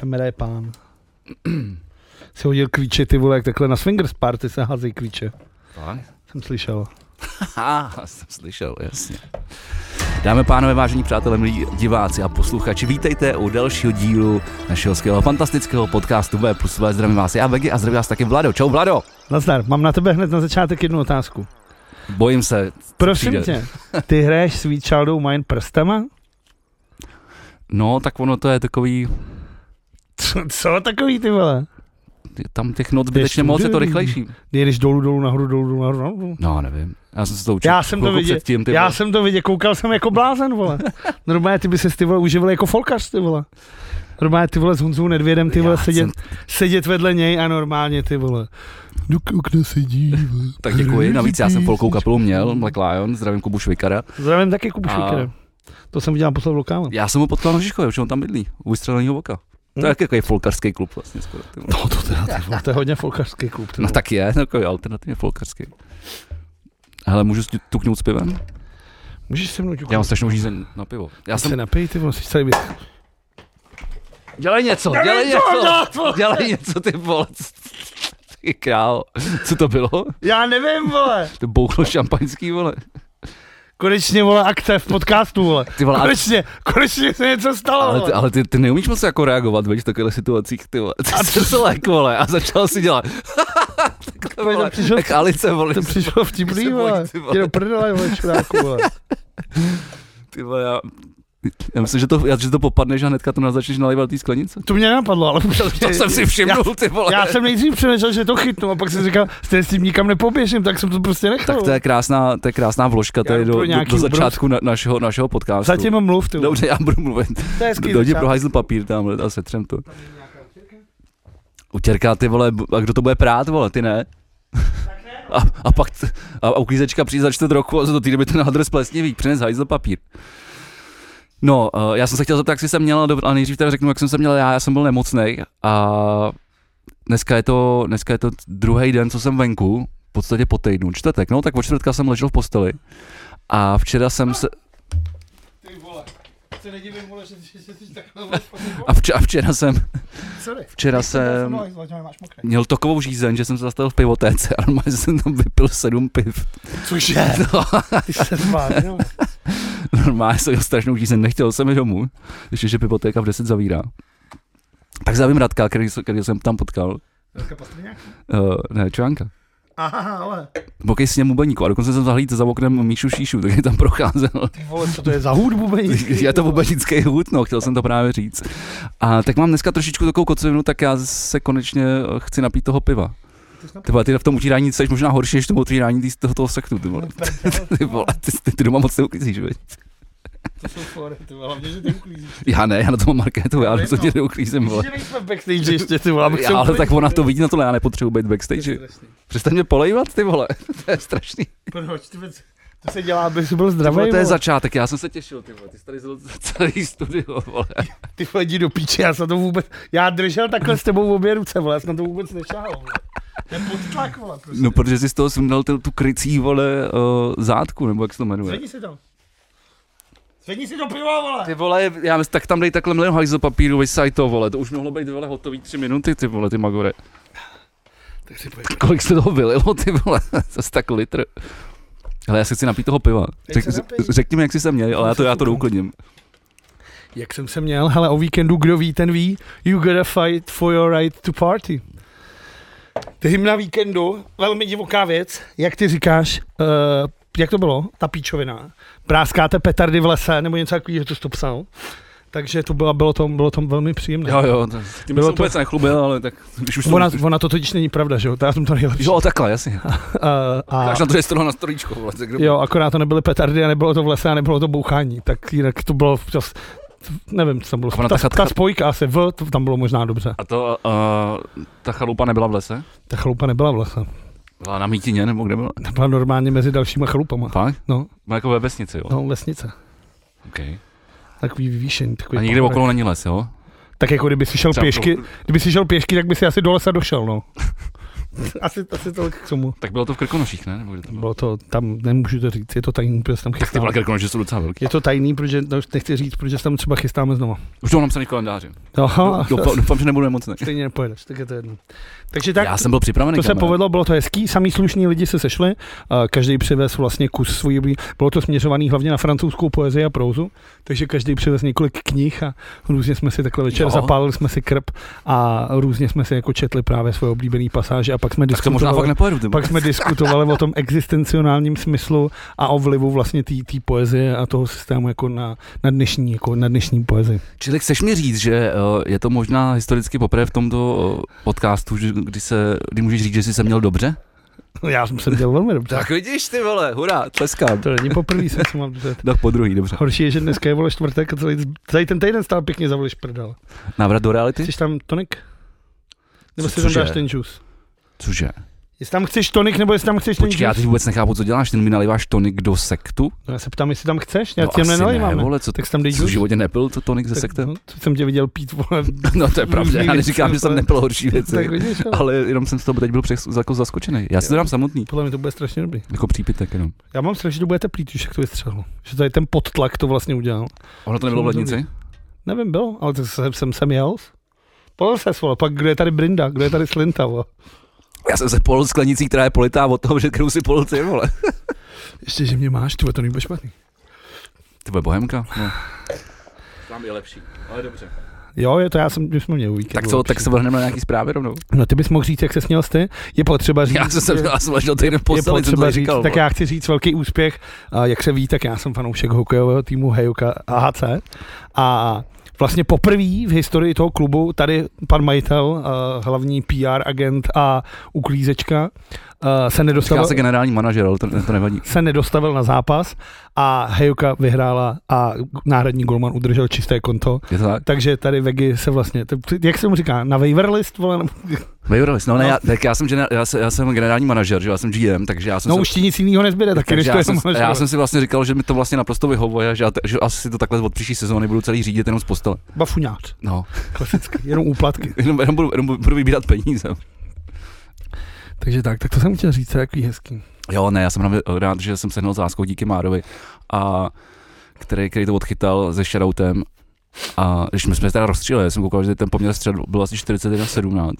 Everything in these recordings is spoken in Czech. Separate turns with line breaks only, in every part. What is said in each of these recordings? Kamera je pán. si hodil klíče, ty vole, jak takhle na swingers party se házejí klíče.
Fakt?
Jsem slyšel.
Aha, jsem slyšel, jasně. Dámy a pánové, vážení přátelé, milí diváci a posluchači, vítejte u dalšího dílu našeho skvělého fantastického podcastu B plus V. Zdravím vás já, Vegy, a zdravím vás taky Vlado. Čau, Vlado!
Nazdar, mám na tebe hned na začátek jednu otázku.
Bojím se. co
Prosím
přijde.
tě, ty hraješ Sweet Child O' Mine prstama?
No, tak ono to je takový,
Co, co takový ty vole?
tam těch not zbytečně moc, je to rychlejší.
Ty jedeš dolů, dolů, nahoru, dolů, dolů, nahoru, nahoru.
No, nevím. Já jsem se to učil.
Já jsem to
chvilku
viděl.
Předtím, ty
Já
vole.
jsem to viděl, koukal jsem jako blázen, vole. Normálně ty by se ty vole uživil jako folkař, ty vole. Normálně ty vole s Honzou Nedvědem, ty vole
Já
sedět,
jsem-
sedět vedle něj a normálně ty vole. Do okna sedí. vole.
Tak děkuji, navíc já jsem polkou kapelu měl, Black Lion, zdravím Kubu Švikara.
Zdravím taky Kubu
A-
Švikera. To jsem viděl poslal lokáma.
Já jsem ho potkal na Žižkově, protože on tam bydlí, u vystřeleného oka. To
Hm.
je takový folkarský klub vlastně skoro. ty vole.
No to teda, ty vole, to je hodně folkařský klub. ty
No
vole.
tak je, takový alternativně folkarský. Hele, můžu si tuknout s pivem?
Můžeš se mnou ťukat?
Já mám strašnou žízeň na pivo. Já
se
jsem...
napij, ty vole, jsi celý bys.
Dělej něco,
Já
dělej
nevím, co mám
něco!
dělat, vole.
Dělej něco, ty vole. Ty král. Co to bylo?
Já nevím, vole.
To bouchlo šampaňský, vole.
Konečně, vole, akce v podcastu, vole.
Ty vole, a-
Konečně, konečně se něco stalo,
Ale ty,
vole.
ale ty, ty neumíš moc jako reagovat, veď, v takových situacích, ty vole. Ty
A
a
co-
jsi se lek, vole, a začal si dělat. Takhle,
Vole,
vole,
přišel-
jak Alice, vole.
To přišlo vtipný,
se bojí,
vole.
ty vole.
Tě do prdele, vole, čuráku, vole.
Ty vole, já... Já myslím, že to, já, že to popadneš a hnedka to na začneš nalejvat té sklenice.
To mě nenapadlo, ale prostě-
To jsem si všimnul, ty vole.
Já jsem nejdřív přemýšlel, že to chytnu a pak jsem říkal, že s tím nikam nepoběžím, tak jsem to prostě nechal.
Tak to je krásná, to je krásná vložka
Já
tady
jdu
do,
pro
do,
nějaký
do začátku na, našeho, našeho podcastu.
Zatím mluv, ty vole.
Dobře, já budu mluvit.
to je hezký
Dojdi
začátek.
pro hajzl papír tam a setřem to. Utěrká ty vole, a kdo to bude prát, vole, ty ne? A, a pak t- a, a uklízečka přijde za čtvrt roku a za to týden by ten adres plesnivý, přines hajzl papír. No, eh, já jsem se chtěl zeptat, jak jsi se měl, ale nejdřív teda řeknu, jak jsem se měl já, já jsem byl nemocný a dneska je to, dneska je to druhý den, co jsem venku, v podstatě po týdnu, čtvrtek, no tak od čtvrtka jsem ležel v posteli a včera jsem se,
Ty vole, se nedivím, vole, že že- že jsi takhle,
a včera, a včera jsem,
vole.
včera jsem, měl takovou žízeň, že jsem se zastavil v pivotéce a normálně jsem tam vypil sedm piv.
Cože?
No,
Ty se zbláznil.
normálně jsem měl strašnou žízeň, nechtěl jsem jít domů, ještě, že pivotéka v 10 zavírá. Tak zavím Radka, který, který jsem tam potkal,
Dneska pastrňák?
uh, ne, Čvánka.
Aha, ale.
Bokej sněm u baníku a dokonce jsem zahlíd za oknem Míšu Šíšu, tak je tam procházel.
Ty vole, co to je za hudbu, bej?
Já to obanický hud, no, chtěl jsem to právě říct. A tak mám dneska trošičku takovou kocovinu, tak já se konečně eh, chci napít toho piva. Ty vole, ty v tom utírání jsi možná horší, než v tom utírání tý- toho, toho sektu, ty vole. Ty vole, ty, ty, ty doma moc neuklízíš, veď.
To jsou fóry, ty vole, hlavně, že ty uklízíš.
Já ne, já na tom mám marketu, já to tě neuklízím, vole.
Ještě nejsme backstage ještě, ty vole, abych se
Já, ale
uklidnil,
tak ona
ty
to
vole.
vidí na tohle, já nepotřebuji být
To je
backstage.
strašný.
Přestaň mě polejvat, ty vole, to je strašný.
Proč? Ty vec- To se dělá, aby jsi byl
Ty
zdravý.
vole, to je
vole.
začátek, já jsem se těšil, ty vole, ty jsi tady zl- celý studio, vole.
Ty vole, jdi do píče, já jsem to vůbec, já držel takhle s tebou v obě ruce, vole, já jsem na to vůbec nešahal, vole. To je pod tlak, vole, prostě.
No, protože jsi z toho sundal tu, tu krycí, vole, uh, zátku, nebo jak se to jmenuje.
Zvedni si to. Zvedni si to pivo, vole.
Ty vole, já myslím, tak tam dej takhle milion hajzl papíru, vysaj to, vole, to už mohlo být, vole, hotový tři minuty, ty vole, ty magore.
Tak si pojď.
Kolik se toho vylilo, ty vole, zase tak litr. Ale já se chci napít toho piva.
Teď
Řek,
se napij.
řekni mi, jak jsi se měl, ale já to, já to douklidním.
Jak jsem se měl, hele, o víkendu, kdo ví, ten ví, you gotta fight for your right to party. Ty hymna víkendu, velmi divoká věc, jak ty říkáš, uh, jak to bylo, ta píčovina, práskáte petardy v lese, nebo něco takového, to jsi to psal, takže to bylo, bylo, to, bylo to velmi příjemné.
Jo, jo, to, tím
Bylo
jsem
to-
to... vůbec nechlubil, ale tak když už to...
Ona, ona to totiž není pravda, že jo? To Já jsem to nejlepší.
Jo, takhle, jasně.
Uh, a,
Až na to, že jsi toho na strojíčko, vole, tak kdo...
jo, akorát to nebyly petardy a nebylo to v lese a nebylo to bouchání. Tak jinak to bylo včas, nevím, co tam bylo.
A ona
Ta,
ta chatka-
ta spojka asi V, to tam bylo možná dobře.
A to, uh, ta chalupa nebyla v lese?
Ta chalupa nebyla v lese.
Byla na mítině, nebo kde byla?
Ta byla normálně mezi dalšíma chalupama.
Fakt?
No,
Byla jako ve vesnici, jo?
no lesnice.
Okay.
Takový vyvýšení. Takový
A nikde
pohrad.
okolo není les, jo?
Tak jako kdyby si šel
Třeba
pěšky, kdyby si šel pěšky, tak by si asi do lesa došel, no. asi, asi tolik k tomu.
Tak bylo to v Krkonoších, ne? Nebo kde to bylo?
Bylo to tam, nemůžu to říct, je to tajný, protože se tam
Ty
chystáme.
vole, Krkonoše jsou docela velký.
Je to tajný, protože no, nechci říct, protože se tam třeba chystáme znova.
Už to mám napsaný v kalendáři.
No,
Doufám, doufám, že nebudu nemocný.
stejně nepojedeš, tak je to jedno. Takže tak,
Já jsem byl připravený.
to se
kamarád.
povedlo, bylo to hezký, samý slušní lidi se sešli, a každý přivez vlastně kus svůj, oblí- bylo to směřovaný hlavně na francouzskou poezii a prouzu, takže každý přivez několik knih a různě jsme si takhle večer
Jo.
jo. zapálili jsme si krb a různě jsme si jako četli právě svoje oblíbené pasáže a pak jsme
Tak to možná fakt
diskutovali.
nepojedu. ty vole.
Pak jsme diskutovali o tom existencionálním smyslu a o vlivu vlastně té poezie a toho systému jako na, na dnešní, jako na dnešní poezii.
Čili tak chceš mi říct, že eh, je to možná historicky poprvé v tomto eh, podcastu, že- kdy, se, kdy můžeš říct, že jsi se měl dobře?
Já jsem se dělal velmi dobře.
Tak vidíš ty vole, hurá, tleskám.
To není poprvé, jsem si mám dobře.
Tak po druhý, dobře.
Horší je, že dneska je vole čtvrtek a celý, celý ten týden stál pěkně za vole šprdel.
Návrat do reality?
Chceš tam tonik? Nebo
Co-
si tam
cože?
dáš ten džus?
Cože?
Jestli tam chceš tonik, nebo jestli tam chceš
Počkej,
ten
já
džus?
teď vůbec nechápu, co děláš, ty mi naliváš tonik do sektu?
No, já se ptám, jestli tam chceš, já
no
no, těm
asi
nenalívám.
ne,
Ne,
vole, co,
tak si tam dej
jsi v
džus.
životě nepil to tonik ze
Tak,
sektem?
no, co jsem tě viděl pít, vole.
No to je pravda, já
Různý
neříkám,
věci,
že jsem
vole.
nepil horší věci,
tak vidíš, no. ale...
ale jenom jsem z toho teď byl přes, jako zaskočený. Já si to dám samotný,
Podle mě to bude strašně dobrý.
jako přípitek jenom.
Já mám strach, že to bude teplý, když jak to vystřelilo. Že tady ten podtlak to vlastně udělal.
Ono to nebylo v lednici?
Nevím, bylo, ale to jsem, jsem, jsem jel. Pol se svole, pak kdo je tady Brinda, kdo je tady Slinta, vole.
Já jsem se polil sklenicí, která je politá od toho, že kterou si polil ty, vole.
Ještě, že mě máš, ty vole, to nebude špatný.
Ty bude bohemka, no. Tam je lepší, ale dobře.
Jo, je to, já jsem, my jsme měli víkend.
Tak co,
vole,
tak se vrhneme na nějaký zprávy rovnou.
No ty bys mohl říct, jak se směl ty? Je potřeba říct,
Já jsem se
že-
já jsem ležel týden v
je
posteli, jsem
potřeba
to
říct,
říkal.
tak
vole.
já chci říct velký úspěch. A jak se ví, tak já jsem fanoušek hokejového týmu Hejuka AHC a vlastně poprvé v historii toho klubu tady pan majitel, eh, hlavní PR agent a uklízečka eh, se
Říká
nedostal
se generální manažer, ale to, to nevadí.
se nedostavil na zápas a Hejuka vyhrála a náhradní golman udržel čisté konto.
Je to tak?
Takže tady Vegy se vlastně, t- jak se mu říká, na waiver list, vole, nebo-
Vejrovis, no ne,
No.
já, tak já jsem, gener, já, se, já jsem generální manažer, že jo, já jsem GM, takže já jsem
no
se,
už ti nic jiného nezbyde, taky když
takže
to
já,
je
jsem,
manažer.
já jsem si vlastně říkal, že mi to vlastně naprosto vyhovuje, že, já, t- že asi to takhle od příští sezóny budu celý řídit jenom z postele.
Bafuňář,
No,
klasicky, jenom úplatky.
jenom, jenom, budu, jenom budu vybírat peníze.
Takže tak, tak to jsem chtěl říct, to je takový hezký.
Jo, ne, já jsem rád- rád, že jsem sehnal záskou díky Márovi, a který, který to odchytal se Shoutoutem. A když my jsme se teda rozstříleli, já jsem koukal, že ten poměr střed byl asi 41-17.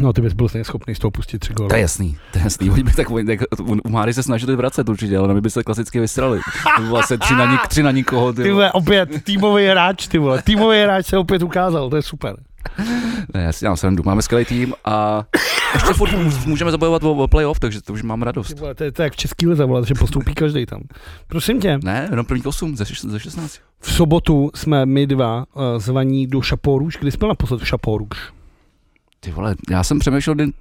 No ty bys byl stejně schopný z toho pustit tři góly.
To je jasný, to je jasný. Oni by tak, oni, tak, u- u Máry se snažili vracet určitě, ale my by se klasicky vysrali. To by vlastně tři na, nik, tři na nikoho. Ty
Ty
vole.
vole, opět týmový hráč, ty vole. Týmový hráč se opět ukázal, to je super.
Ne, já si dělám srandu. Máme skvělý tým a ještě furt mů- můžeme zabojovat o, o playoff, takže to už mám
Ty
radost.
vole, to je, to je jak v Český lize, vole, že postoupí každý tam. Prosím tě,
Ne, jenom prvních 8 ze, šest- ze 16.
v sobotu jsme my dva eh, zvaní do Šaporuš. Kdy jsi byl naposled v Šaporuš?
Ty vole, já jsem přemýšlel, kdy-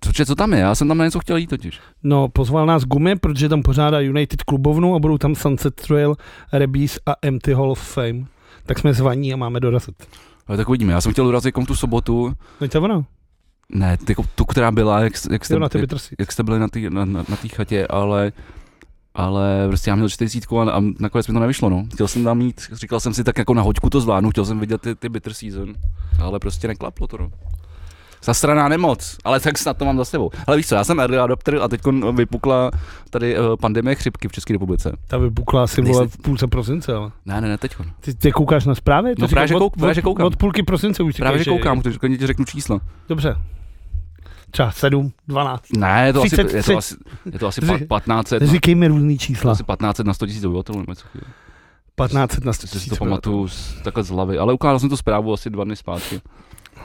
co, co tam je? Já jsem tam na něco chtěl jít totiž.
No, pozval nás Gumy, protože tam pořádá United klubovnu a budou tam Sunset Trail, Rebis a Empty Hall of Fame. Tak jsme zvaní a máme dorazit.
Ale tak uvidíme, já jsem chtěl dorazit kom tu sobotu,
No to ono,
ne, ty, tu, která byla, jak, jak, jste,
jo, na tebe
jak,
trsí.
jak jste byli na té na, na, na tý chatě, ale ale prostě já měl 40 a, a nakonec mi to nevyšlo, no. Chtěl jsem tam mít, říkal jsem si tak jako na hoďku to zvládnu, chtěl jsem vidět ty, ty bitter season, ale prostě neklaplo to, no. Zasraná nemoc, ale tak snad to mám za sebou. Ale víš co, já jsem early adopter a teď vypukla tady eh, pandemie chřipky v České republice.
Ta vypukla asi
Nejsi-
vole v půlce prosince, ale.
Ne, ne, ne, teď.
Ty, ty koukáš na zprávy? Ty
No
říkáš,
právě, že
od-
kouk- právě,
od-
že koukám.
Od půlky prosince už
Právě,
říkáš,
že koukám, když ti řeknu čísla.
Dobře. Třeba 7, 12.
Ne, je to, asi,
33.
je to asi, je to asi pa- 1500. na-
Říkej mi různý čísla.
Asi 1500 na 100 000 obyvatelů, nebo něco takového.
15 na 100
Asi si to
tisíc
pamatuju z, takhle z hlavy, ale ukázal jsem tu zprávu asi dva dny zpátky.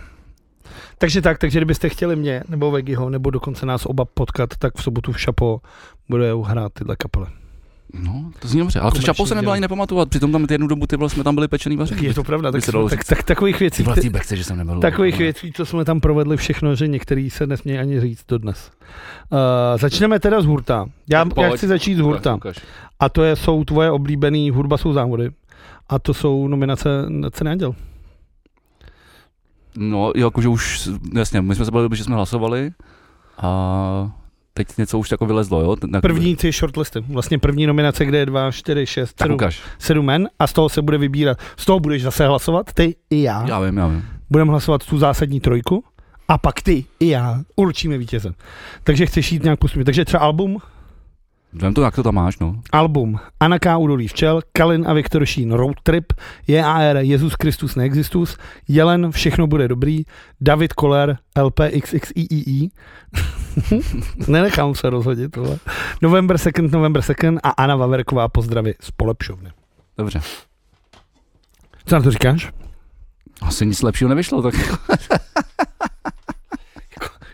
obyvatel. Takže tak, takže kdybyste chtěli mě, nebo Vegiho, nebo dokonce nás oba potkat, tak v sobotu v Šapo bude hrát tyhle kapely.
No, to zní dobře, ale to
Komerční
Čapo se nebyl
děl.
ani nepamatovat, přitom tam jednu dobu ty vole, jsme tam byli pečený vaření.
Je to pravda,
No, By
tak,
se dalo
tak,
říct.
tak, takových
Ty No.
věcí,
vole,
te-
ty bekce, že jsem nebyl.
takových
Ne.
věcí, co jsme tam provedli všechno, že některý se nesmějí ani říct dodnes. Uh, začneme teda z hurta. Já,
Tak
já
pojď.
chci začít z hurta.
Tak, ukáž.
A to je, jsou tvoje oblíbený hudba jsou závody. A to jsou nominace na Ceny Anděl.
No, jo, jakože už, jasně, my jsme se bavili, že jsme hlasovali a teď něco už jako vylezlo, jo? Na,
První ty shortlisty. Vlastně první nominace, kde je 2, 4, 6,
tak
7,
ukáž.
7 men a z toho se bude vybírat. Z toho budeš zase hlasovat, ty i já.
Já vím, já vím.
Budeme hlasovat tu zásadní trojku A pak ty i já určíme vítěze. Takže chceš jít nějak postupně. Takže třeba album,
Vem to, jak to tam máš, no.
album Anna K. Udolí včel, Kalin a Viktor Šín Road Trip, JAR Jezus Kristus Neexistus, Jelen Všechno bude dobrý, David Koller LPXXIII, nenechám se rozhodit tohle, November 2nd, November 2nd a Anna Vaverková pozdravy z Polepšovny.
Dobře.
Co na to říkáš?
Asi nic lepšího nevyšlo, tak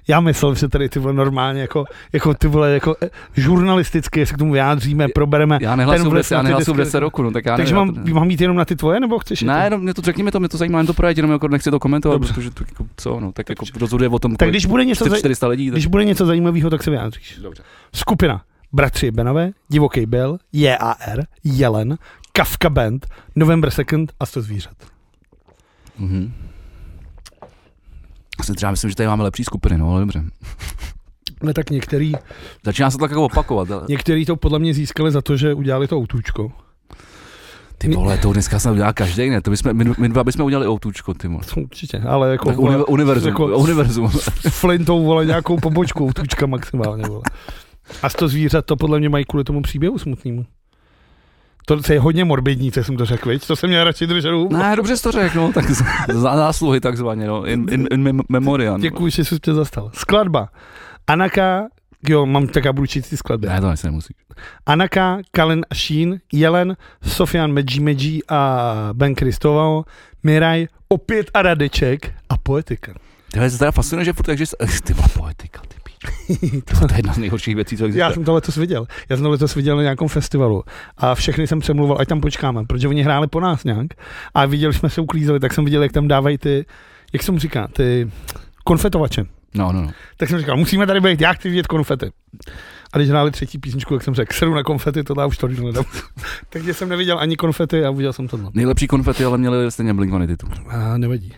Já myslel, že tady ty vole normálně jako, jako ty vole jako eh, žurnalisticky se k tomu vyjádříme, probereme.
já nehlasu
vliv
v 10,
na
já
ty
nehlasu v
desky-
10 roku, no tak já
Takže
nevím,
mám,
já to-
mám jít jenom na ty tvoje, nebo chceš? i ty?
Ne, jenom mě to řekněme, to mě to zajímá, jen to projet, jenom jako nechci to komentovat,
Dobře.
Dobře. protože to jako, co, no, tak jako rozhoduje o tom,
tak
kolik-
když bude něco, zaj-
400 lidí, tak...
když bude něco zajímavého, tak se vyjádříš.
Dobře.
Skupina Bratři Benové, Divoký Bel, JAR, Jelen, Kafka Band, November 2nd a 100 zvířat.
Mhm. Já si třeba myslím, že tady máme lepší skupiny, no ale dobře.
No tak některý,
Začíná se to tak jako opakovat, ale...
některý to podle mě získali za to, že udělali to autůčko.
Ty vole, to dneska snad udělá každý, ne? To bychom, my, my, dva bychom udělali outučko, ty vole.
To určitě, ale jako...
Tak
vole,
uni, univerzum,
jako-
jako... univerzum.
s Flintou, vole, nějakou pobočkou, autůčka maximálně, vole. A 100 zvířat to podle mě mají kvůli tomu příběhu smutnému. To je hodně morbidní, co jsem to řekl, viď? To jsem měl radši držet hubu.
Ne, dobře jsi to řekl, no, tak za, za zásluhy takzvaně, no, in, in, in mem- memoriam. no.
Děkuji, že jsi tě zastal. Skladba. Anaka, jo, mám tak já budu číst ty skladby.
Ne, to asi nemusí.
Anaka, Kalen a Sheen, Jelen, Sofian Medži Medži a Ben Kristoval, Miraj, opět a Radeček a Poetika.
Ty vole, se teda fascinuje, že furt takže... Ty vole, poetika, ty píč. Ty vole, to je jedna z nejhorších věcí, co
Já
existuje.
jsem to letos viděl. Já jsem to letos viděl na nějakém festivalu a všechny jsem přemluval, ať tam počkáme, protože oni hráli po nás nějak a viděli jsme se uklízeli, tak jsem viděl, jak tam dávají ty, jak jsem říká, ty konfetovače.
No, no, no.
Tak jsem říkal, musíme tady být, já chci vidět konfety. A když hráli třetí písničku, jak jsem řekl, seru na konfety, to já už to nedám. Takže jsem neviděl ani konfety a uviděl jsem tohle.
Nejlepší konfety, ale měli stejně Blink-182.
A nevadí.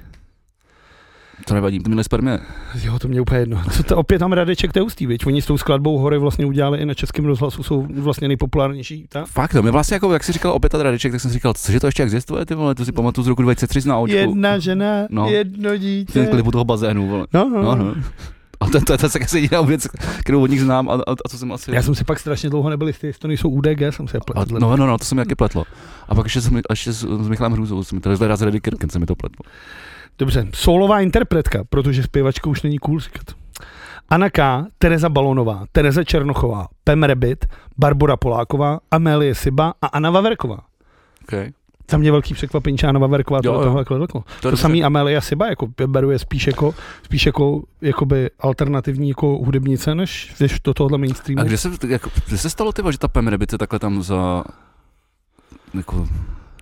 To nevadí, to měli spermie.
Jo, to mě úplně jedno. Co to opět tam Radeček to je ústý, viď? Oni s tou skladbou hory vlastně udělali i na českém rozhlasu, jsou vlastně nejpopulárnější. Ta?
Fakt, no, my vlastně jako, jak jsi říkal opět tady Radeček, tak jsem si říkal, cože to ještě existuje, ty vole, to si pamatuju z roku 2003 na očku.
Jedna žena, no.
No.
jedno dítě.
Ten klip u toho bazénu, vole.
No, no,
No, no. A to, to, je- to je tak asi jediná věc, kterou od nich znám a, a, a co jsem asi...
Já jsem si pak strašně dlouho nebyl jistý, jestli to nejsou UDG, jsem se
a,
pletl.
no, no, no, to jsem jaký pletlo. A pak ještě, jsem, ještě s, s Michalem Hrůzou, jsem tady raz Reddy Kirken se mi to pletlo.
Dobře, solová interpretka, protože zpěvačka už není cool říkat. Anna K., Tereza Balonová, Tereza Černochová, Pem Rebit, Barbora Poláková, Amélie Siba a Anna Vaverková.
Okay.
Za mě velký překvapení, že Anna Vaverková
Jo,
to
jo.
tohle takhle řekla.
To,
To samý Amelia Siba, jako beru je spíš jako, spíš jako jakoby alternativní jako hudebnice, než, než do tohohle mainstreamu.
A kde se, jako, kde se stalo, ty, vole, že ta Pam Rebice takhle tam za... Jako,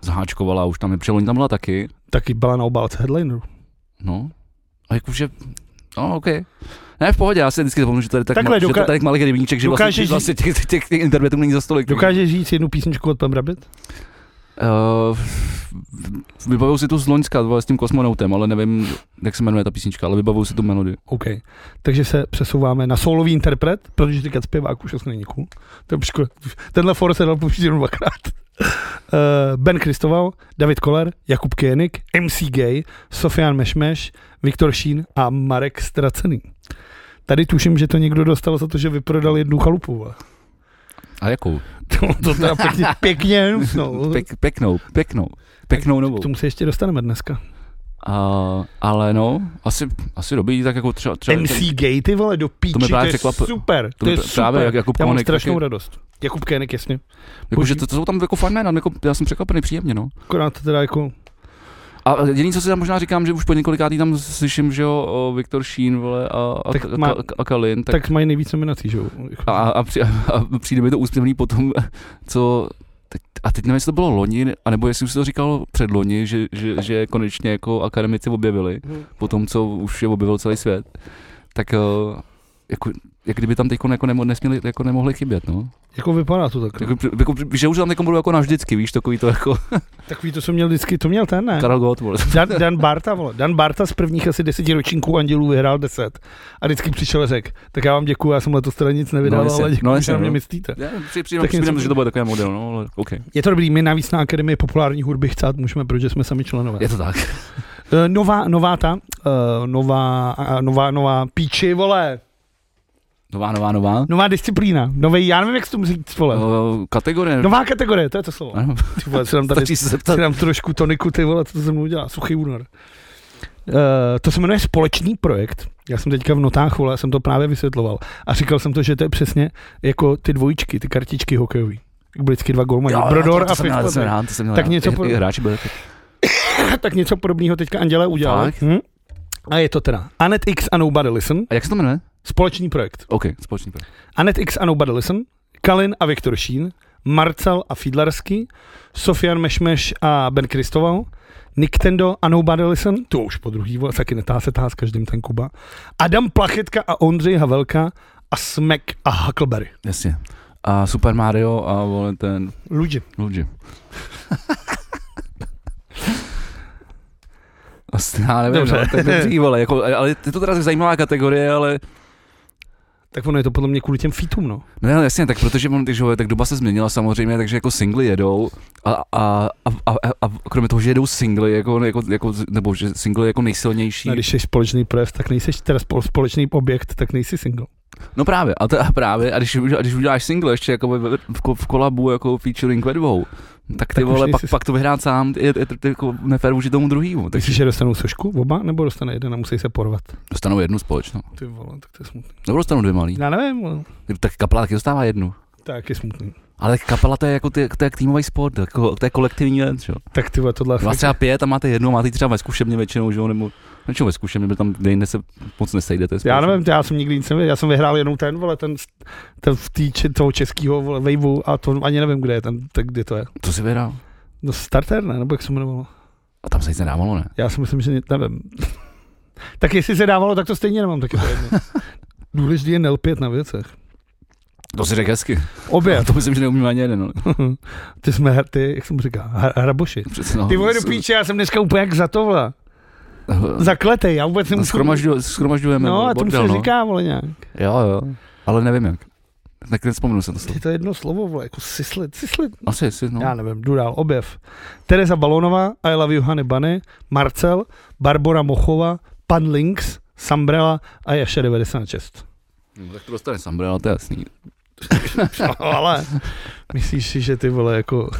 zaháčkovala, už tam je přeloň tam byla taky,
Taky byla na obálce headlineru.
no. A jakože, no, OK. Ne, v pohodě, já si vždycky zapomenu, že tady tak,
Takhle,
ma, že
doka-
to tady malý rybníček, že
dokážeš
vlastně, že vlastně těch, těch, těch, těch internetů není za stolik.
Dokážeš říct jednu písničku od Pam Rabbit?
Uh, vybavuju si tu z Loňska vole, s tím kosmonautem, ale nevím, jak se jmenuje ta písnička, ale vybavuju si tu melodii.
OK. Takže se přesouváme na solový interpret, protože říkat zpěvák už asi není cool. To je škoda. Tenhle for se dal použít jenom dvakrát. Eh, Ben Kristoval, David Koller, Jakub Kénik, MC Gay, Sofian Mešmeš, Viktor Šín a Marek Stracený. Tady tuším, že to někdo dostal za to, že vyprodal jednu chalupu. vole.
A jakou?
To, to teda pěkně, pěkně no.
Pěk, pěknou, pěknou, pěknou novou.
K tomu se ještě dostaneme dneska.
A, ale no, asi, asi dobrý, tak jako třeba... třeba
MC Gay, ty vole, do píči, to,
právě
je
překvapilo.
super. To,
To mi
je
pr-
super.
právě jak Jakub
Já mám
Kénik
strašnou
taky.
radost. Jakub Kének, jasně.
jako, že to, to, jsou tam jako fajn jména, jako, já jsem překvapený příjemně, no.
Akorát to teda jako
A jediný, co si tam možná říkám, že už po několikátý tam slyším, že jo, o Viktor Šín, vole, a, a,
Tak
a,
má-
a, a Kalin, tak,
tak, tak mají nejvíc nominací, že jo? Jako-
a, a, při, a přijde mi to úsměvný potom, co teď- a teď nevím, jestli to bylo loni, anebo jestli už se to říkalo předloni, že, že, že konečně jako akademici objevili,
Hmm.
po tom, co už je objevil celý svět, tak eh, jako, jak kdyby tam teď jako nemo, nesměli, jako nemohli chybět, no.
Jako vypadá to tak.
Jako, jako, že už tam teď budou jako navždycky, víš, takový to jako
Takový to jsem měl vždycky, to měl ten, ne?
Karel Gott, vole.
Dan, Dan Barta, vole. Dan Barta z prvních asi deseti ročníků Andělů vyhrál deset. A vždycky přišel a řekl, tak já vám děkuju, já jsem letos teda nic nevydal,
No
no,
jasně,
ale děkuju,
no
no, že
jasně,
na mě
no.
myslíte.
Já při- přijde,
Tak
přijde,
něco-
že to bude takový model, no, ale OK.
Je to dobrý, my navíc na Akademii populární hudby chcát můžeme, protože jsme sami členové.
Je to tak.
Eh, nová, nová ta, uh, nová, uh, nová, nová píči, vole.
Nová, nová, nová.
Nová disciplína. Nový, já nevím, jak se tomu říct, vole.
No, kategorie.
Nová kategorie, to je to slovo.
Ano,
Ty vole, si nám tady
stačí se zeptat.
si nám trošku toniku, ty vole, co to se mnou udělá, suchý únor. Uh, to se jmenuje společný projekt. Já jsem teďka v notách, vole, jsem to právě vysvětloval. A říkal jsem to, že to je přesně jako ty dvojičky, ty kartičky hokejový. Jak byly vždycky dva golmani,
Jo, jo,
Brodor
to- to
a
jsem měl, to jsem
Fitzpatrick.
rád, to jsem měl
Tak
rád.
něco pro-
I, i hráči byli.
Tak něco podobného teďka Anděla udělal.
Fakt?
Hm? A je to teda Anet X a Nobody Listen,
A jak se to jmenuje?
společný projekt.
OK, společný projekt.
Anet X a Nobody Listen, Kalin a Viktor Šín, Marcel a Fidlarský, Sofian Mešmeš a Ben Kristoval, Nintendo a Nobody Listen, to už po druhý, vole, taky netá se tahá s každým ten Kuba, Adam Plachetka a Ondřej Havelka a Smek a Huckleberry.
Jasně. A Super Mario a vole ten
Luigi.
Luigi. Asi, já nevím,
Dobře.
no, tak dobrý, vole, jako, ale je to teda zajímavá kategorie, ale
Tak ono je to podle mě kvůli těm featům, no.
No ne, jasně, tak protože on, takže, tak doba se změnila samozřejmě, takže jako singly jedou a, a, a, a, a kromě toho, že jedou singly, jako, jako, jako, nebo že singly jako nejsilnější.
A když jsi společný projev, tak nejsi teda spol- společný objekt, tak nejsi single.
No právě, a, to, a právě, a když, udělá- když uděláš single ještě jako v, v, ko- v kolabu jako featuring ve dvou, tak ty
už
vole,
nejsi
pak,
si-
pak to vyhrát sám, je, je, je, je jako nefér vůči tomu druhýmu,
Tak
takže
že dostanou sošku oba, nebo dostane jeden a musí se porvat?
dostanou jednu společnou,
Ty vole, tak to je smutný.
nebo dostanou dvě malý,
Já nevím, vole.
tak kapela taky dostává jednu.
tak je smutný.
Ale kapela to je jako ty, to je jak týmový sport, jako, to je kolektivní věc, jo.
Tak ty vole, tohle... je
Vy Vás
fakt-
třeba pět a máte jednu, a máte ji třeba ve zkušebně většinou, že jo, nebo většinou ve zkušebně, protože tam kde jinde se moc nesejdete.
Já nevím, já jsem nikdy nic nevěděl, já jsem vyhrál jenom ten, vole, ten, ten v týči toho českého vole, waveu a to ani nevím, kde je ten, tak kde to je.
To si vyhrál.
No starter, ne? Nebo jak se jmenovalo?
A tam se nic nedávalo, ne?
Já si myslím, že ne- nevím. tak jestli se dávalo, tak to stejně nemám taky to je jedno. Důležitý je nelpět na věcech.
To si řekl hezky.
Obě.
A to myslím, že neumím ani jeden, no.
ty jsme, her- ty, jak jsem říkal, ha- hraboši.
Přece, no.
Ty vole do píče, já jsem dneska úplně jak za to, vole.
Hm.
Zakletej, já vůbec nemůžu.
Schromažďu, schromažďujeme
No, a tomu
No. bordel,
se
no.
říká, vole, nějak.
Jo, jo. Ale nevím jak. Tak nevzpomenu se to. slovo.
Je to jedno slovo, vole, jako sislit, sislit.
Asi, asi, no.
Já nevím, jdu dál, objev. Tereza Balonová, I Love You Honey Bunny, Marcel, Barbora Mochova, Pan Links, Sambrela a Jaše 96.
No, tak to dostane sám, ale to je jasný.
No, ale myslíš si, že ty vole jako...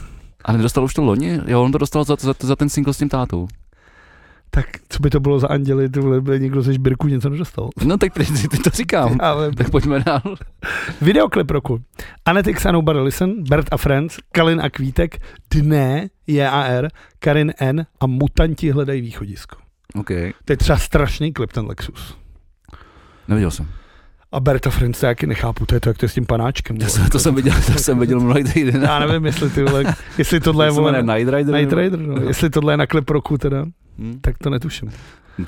A nedostal už to loni? Jo, on to dostal za, za, za ten single s tím tátou.
Tak co by to bylo za anděli, ty vole, by někdo ze Šbirku něco nedostal.
No tak teď, teď to říkám.
Ale
Tak pojďme dál.
videoklip roku. Anet X a Nobody Listen, Bert a Friends, Kalin a Kvítek, Dne, JAR, Karin N a Mutanti hledají východisko.
OK.
To je třeba strašný klip ten Lexus.
Neviděl jsem.
A Berta Friends, já taky nechápu, to je to, jak to je s tím panáčkem.
To,
vole.
jsem- to jsem viděl, to jsem viděl mnohý týden.
Já nevím, jestli tyhle, jestli tohle je
Jak se jmenuje,
vole,
Night Rider.
Night Rider, no. jestli tohle je na klip roku teda,
Hm.
tak to netuším.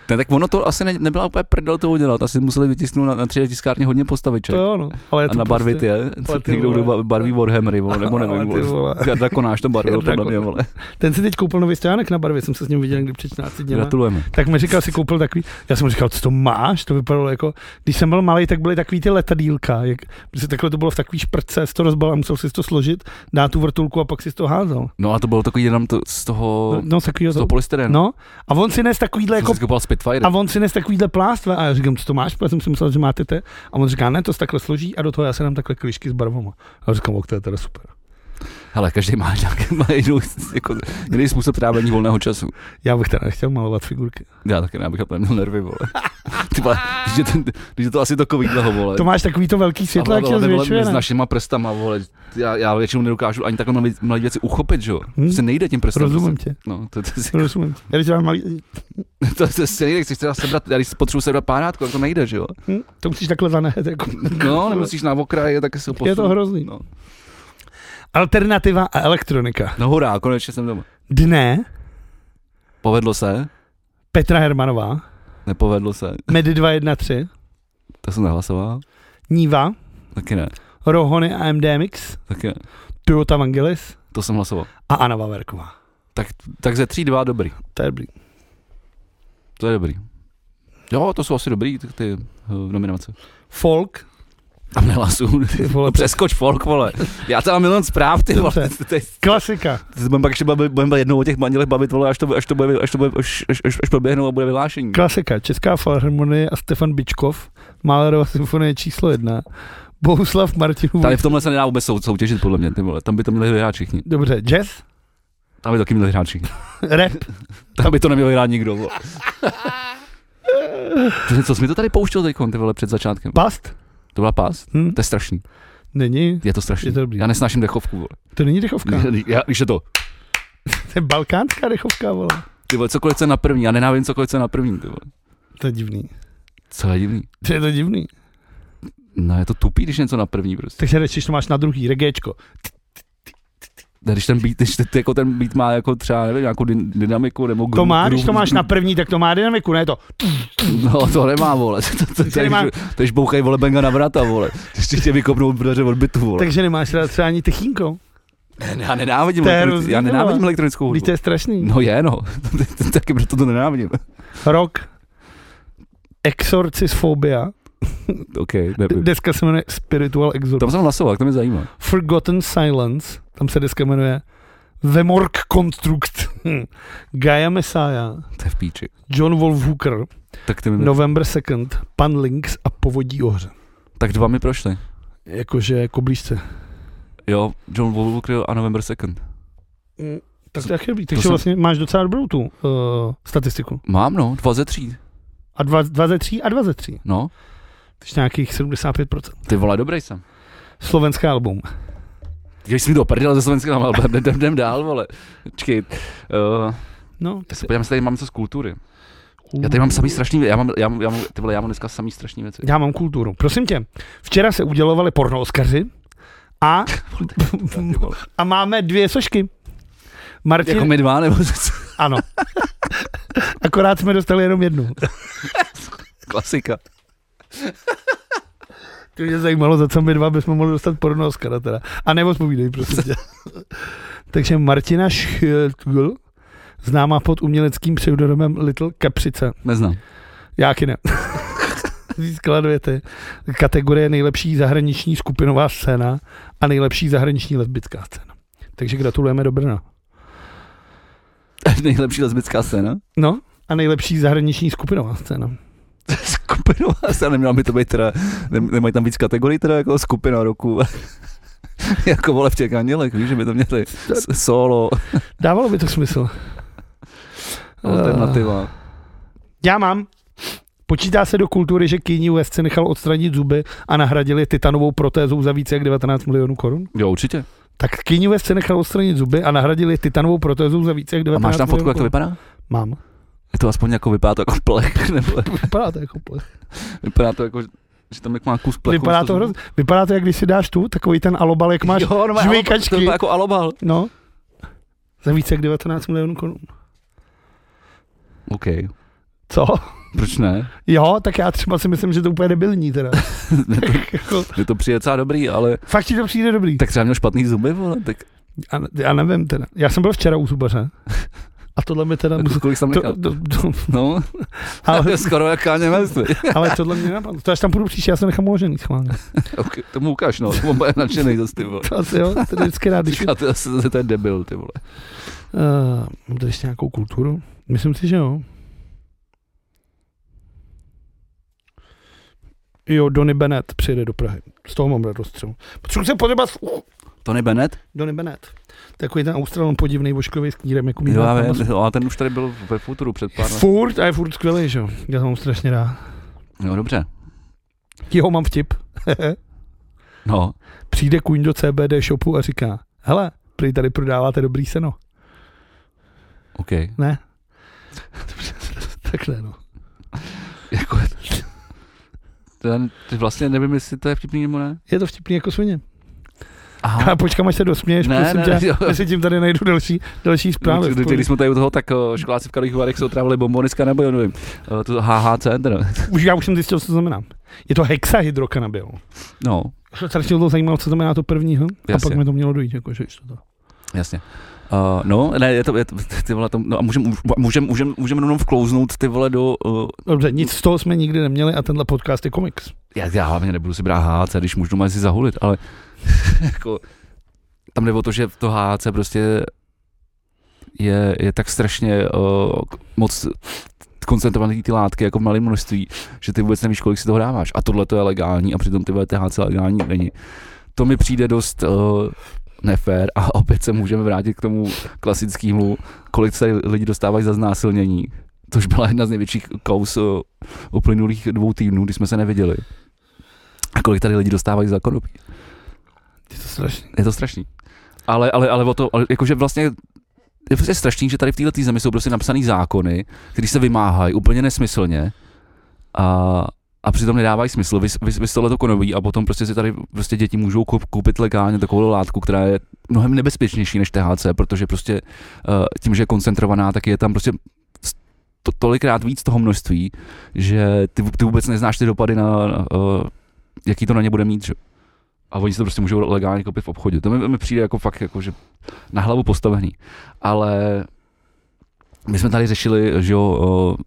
Ne, tak ono to asi ne, nebyla úplně prdel to udělat, asi museli vytisknout na, na tři tiskárně hodně postaviček.
To jo, no. Ale je
a
to
nabarvit
prostě, ale
je,
ty
někdo
vole.
kdo ba- barví Warhammery, vole, nebo
Ale
nevím,
ty
vole.
vole. Jako
Jarda Konáš to barvil,
Jarda
podle mě,
Konáš.
vole.
Ten si teď koupil nový stojánek na barvě, jsem se s ním viděl někdy před 14 dněma.
Gratulujeme.
Tak mi říkal, si koupil takový, já jsem mu říkal, co to máš, to vypadalo jako, když jsem byl malý, tak byly takový ty letadílka, jak, protože takhle to bylo v takový šprce, jsi to rozbal a musel si to složit, dát tu vrtulku a pak si to házel.
No a to bylo takový jenom to, z toho,
No, z takovýho
z toho
to,
polystyrenu.
no, a on si nes takovýhle jako
Jsem si kupoval Spitfire.
A on si nes takovýhle plásve a já říkám, co to máš, protože jsem si myslel, že máte te. A on říká, ne, to se takhle složí a do toho já se dám takhle klišky s barvama. A já říkám, ok, to je teda super.
Hele, každý má nějaký, má jinou, jako, jiný způsob trávení volného času.
Já bych teda nechtěl malovat figurky.
Já taky ne, abych na to neměl nervy, vole. Ty vole, když je, ten, když je to asi takovýhleho, vole.
To máš takový to velký světlo,
A
jak tě
hlavně, vole,
zvětšuje,
s
ne?
našima prstama, vole, já, já většinou nedokážu ani takhle malý- malý věci uchopit, že jo?
Hm.
Se nejde tím prstem.
Rozumím tě,
No, to, to, to,
rozumím. Já když mám malý,
to, to, se nejde, chceš teda sebrat, já když potřebuji sebrat párátko, tak to nejde, že jo?
hm, to musíš takhle zanehet. Jako.
No, nebo jsi na okraje, tak se posunu.
Je to hrozný.
No.
Alternativa a elektronika.
no hurá, konečně jsem doma.
Dne
Povedlo se,
Petra Hermanová,
nepovedlo se,
Medi 213,
to jsem nehlasoval,
Níva,
taky ne,
Rohony a MDMX,
taky ne.
Toyota Vangelis
To jsem hlasoval.
a Anna Vaverková.
Tak, tak ze tří dva dobrý,
To je dobrý.
to je dobrý. Jo, to jsou asi dobrý ty, ty eh, nominace.
Folk,
Tam nelasu.
Ty vole,
No přeskoč folk, vole. Já tam mám milion zpráv, ty vole.
Dobře.
To je-
Klasika.
to se Budeme pak ještě bavit- budeme jednou o těch manilech bavit, vole, až to, až to bude, až to bude, až, až, až, až proběhnou a bude vyhlášení.
Klasika. Česká filharmonie a Stefan Bičkov. Málerova symfonie číslo jedna. Bohuslav Martinů.
Tady v tomhle se nedá vůbec sou- soutěžit, podle mě, ty vole. Tam by to měli hrát všichni.
Dobře, jazz,
Tam by to taky měli hrát všichni.
rap.
Tam by to neměl hrát nikdo, vole. Protože co jsi mi to tady pouštěl teď, ty vole, před začátkem?
Past?
To byla pás?
Hm?
To je strašný.
Není.
Je to strašný.
Je to dobrý.
Já nesnáším dechovku, vole.
To není dechovka.
Já, když je to,
To je balkánská dechovka, vole.
ty vole, cokoliv co je na první, já nenávidím cokoliv co je na první, ty vole.
To je divný.
Co je divný?
To je to divný.
No je to tupý, když něco na první prostě.
Takže radši, když to máš na druhý, regéčko.
Ne, Když ten beat, když ten, jako ten beat má jako třeba, nevím, nějakou dyn- dynamiku nebo gru,
To má,
gru,
když to máš na první, tak to má dynamiku, ne to.
No to nemá, vole. To, to, to,
Když nemá-
to, to, když bouchají, vole, benga na vrata, vole. Ještě tě vykopnou dveře od bytu, vole.
Takže nemáš rád třeba ani techínko.
Ne, Já nenávidím,
To je
elektronic-
hrozný, no,
já nenávidím
vole.
elektronickou
Víš,
hudbu.
to je strašný.
No je, no. Taky proto to nenávidím.
Rock. Exorcisfobia.
OK, nevím.
Deska se jmenuje Spiritual Exorcism.
Tam jsem hlasoval, to mě zajímá.
Forgotten Silence. Tam se deska jmenuje Vemork Construct. Hm. Gaia Messiah.
To je v píči.
John Wolf Hooker.
Tak, ty mi,
November 2nd. Pan Lynx a Povodí ohře.
tak dva mi prošly.
Jakože jako koblížce.
Jo, John Wolver a November 2nd.
Tak
Mm, To-
to je dobrý.
to
Takže
jsem-
vlastně máš docela dobrou tu uh, statistiku.
Mám, no, dva ze tří.
A dva, dva ze tří a dva ze tří.
No,
Takže nějakých 75%.
ty vole, dobrý jsem.
Slovenské album.
Když jsi mi to prdel ze slovenského, ale jdem, jdem, jdem dál, vole. Počkej, uh,
No,
tak
tak
se podívám, jestli tady mám co z kultury. Já tady mám samý strašný věci, já mám, já, mám, já mám, ty vole, já mám dneska samý strašný věci.
Já mám kulturu. Prosím tě, včera se udělovali porno Oscaři a,
Ty vole.
a máme dvě sošky. Martin,
Jako my dva, nebo co?
ano. Akorát jsme dostali jenom jednu.
klasika.
To mě zajímalo, za co my dva bychom mohli dostat porno Oscara teda. A nebo zpovídej, prosím tě. Takže Martina Schiltgl, známá pod uměleckým pseudonymem Little Kapřice.
Neznám.
Já ne. Získala dvě ty. Kategorie nejlepší zahraniční skupinová scéna a nejlepší zahraniční lesbická scéna. Takže gratulujeme do Brna.
Nejlepší lesbická scéna.
No a nejlepší zahraniční skupinová scéna.
Skupinová scéna, neměla by to být teda, nem- nemají tam víc kategorií teda jako skupina roku. jako vole v těch andělech, víš, že by to měli s- solo,
Dávalo by to smysl. Eh,
alternativa.
Já mám. Počítá se do kultury, že Kanye West se nechal odstranit zuby a nahradil je titanovou protézou za více jak 19 milionů korun?
Jo, určitě.
Tak Kanye West se nechal odstranit zuby a nahradil je titanovou protézou za více jak
A
19
máš tam fotku, jak to
milionů korun?
vypadá?
Mám.
Je to aspoň jako vypadá to jako plech, nebo
Vypadá to jako plech.
vypadá to jako, že tam jak má kus plechu.
Vypadá to hrozně. Vypadá to, jak když si dáš tu, takový ten alobal, jak máš.
Máš
Jo.
jo, normálně
žvejkačky.
alobal, to vypadá jako alobal.
No. Za více jak 19 milionů korun.
OK,
Co?
proč ne?
Jo, tak já třeba si myslím, že to úplně debilní teda.
Mně to,
jako,
mně to přijde docela dobrý, ale
fakt ti to přijde dobrý.
tak třeba měl špatný zuby, vole, tak
A, já nevím teda. Já jsem byl včera u zubaře. A tohle mi teda...
jako
Musel,
kolik jsem
to,
nechal.
to, to,
No,
ale,
skoro jak Kanye West. vej.
ale tohle mě napadlo. To až tam půjdu příště, já se nechám uložený schválně.
Ok, to mu ukáž, no, on bude nadšenej zase, ty vole.
To asi jo, to je vždycky rád. Když...
Říká, to, to, to je debil, ty vole.
Uh, mám tady ještě nějakou kulturu? Myslím si, že jo. Jo, Donny Bennett přijede do Prahy. Z toho mám radost třeba. Potřebuji se podívat.
Tony Bennett?
Donny Bennett. Takový ten australon podivný, vošklivý s knírem, jako
Jo, já
mívá tam.
vím, jo, a ten už tady byl ve futuru před pár lety.
Furt a je furt skvělý, že jo. Já ho mám strašně rád.
No, dobře.
Jeho mám vtip.
No,
Přijde kuň do CBD shopu a říká, hele, prý tady prodáváte dobrý seno.
OK.
Ne? tak ne, no.
Jako, ten, ty vlastně nevím, jestli to je vtipný nebo ne.
Je to vtipný jako svině.
Aha.
A počkám, až se dosměješ,
Ne,
prosím
ne,
tě,
ne, jo.
jestli tím tady najdu další, další zprávy.
Když- Když jsme tady u toho, tak o, školáci v Karlových Varech se otrávili bomboniska nebo já nevím. O, To HHC, teda.
Už já už jsem zjistil, co to znamená. Je to hexahydrokanabil.
No,
Já se Strašně to zajímalo, co znamená to první. Hm? A
Jasně.
pak mi to mělo dojít, jako, že už to. to.
jasně. Uh, no, ne, je to, je to, ty vole, to, no a můžem, můžem, můžem, můžem rovnou vklouznout ty vole do, uh,
Dobře, nic z toho jsme nikdy neměli a tenhle podcast je komiks.
já, já hlavně nebudu si brát HC, když můžu doma si zahulit, ale jako, tam nebo to, že to HC prostě je, je tak strašně uh, moc koncentrovaný ty látky jako v malém množství, že ty vůbec nevíš, kolik si toho dáváš. A tohle to je legální a přitom ty vole, THC legální není. To mi přijde dost uh, nefér a opět se můžeme vrátit k tomu klasickému, kolik se tady lidi dostávají za znásilnění. Tož byla jedna z největších kaus uh, uplynulých dvou týdnů, kdy jsme se neviděli. A kolik tady lidi dostávají za konopí.
Je to strašný.
Je to strašný. Ale, ale, ale o to, ale jakože vlastně je prostě strašný, že tady v této zemi jsou prostě napsané zákony, které se vymáhají úplně nesmyslně a, a přitom nedávají smysl. Vy, vy, vy tohle to konobí a potom prostě si tady prostě děti můžou koup, koupit legálně takovou látku, která je mnohem nebezpečnější než THC, protože prostě uh, tím, že je koncentrovaná, tak je tam prostě to, tolikrát víc toho množství, že ty, ty vůbec neznáš ty dopady na, na uh, jaký to na ně bude mít, že? A oni si to prostě můžou legálně koupit v obchodě. To mi, mi přijde jako fakt jako, že na hlavu postavený. Ale my jsme tady řešili, že jo, o,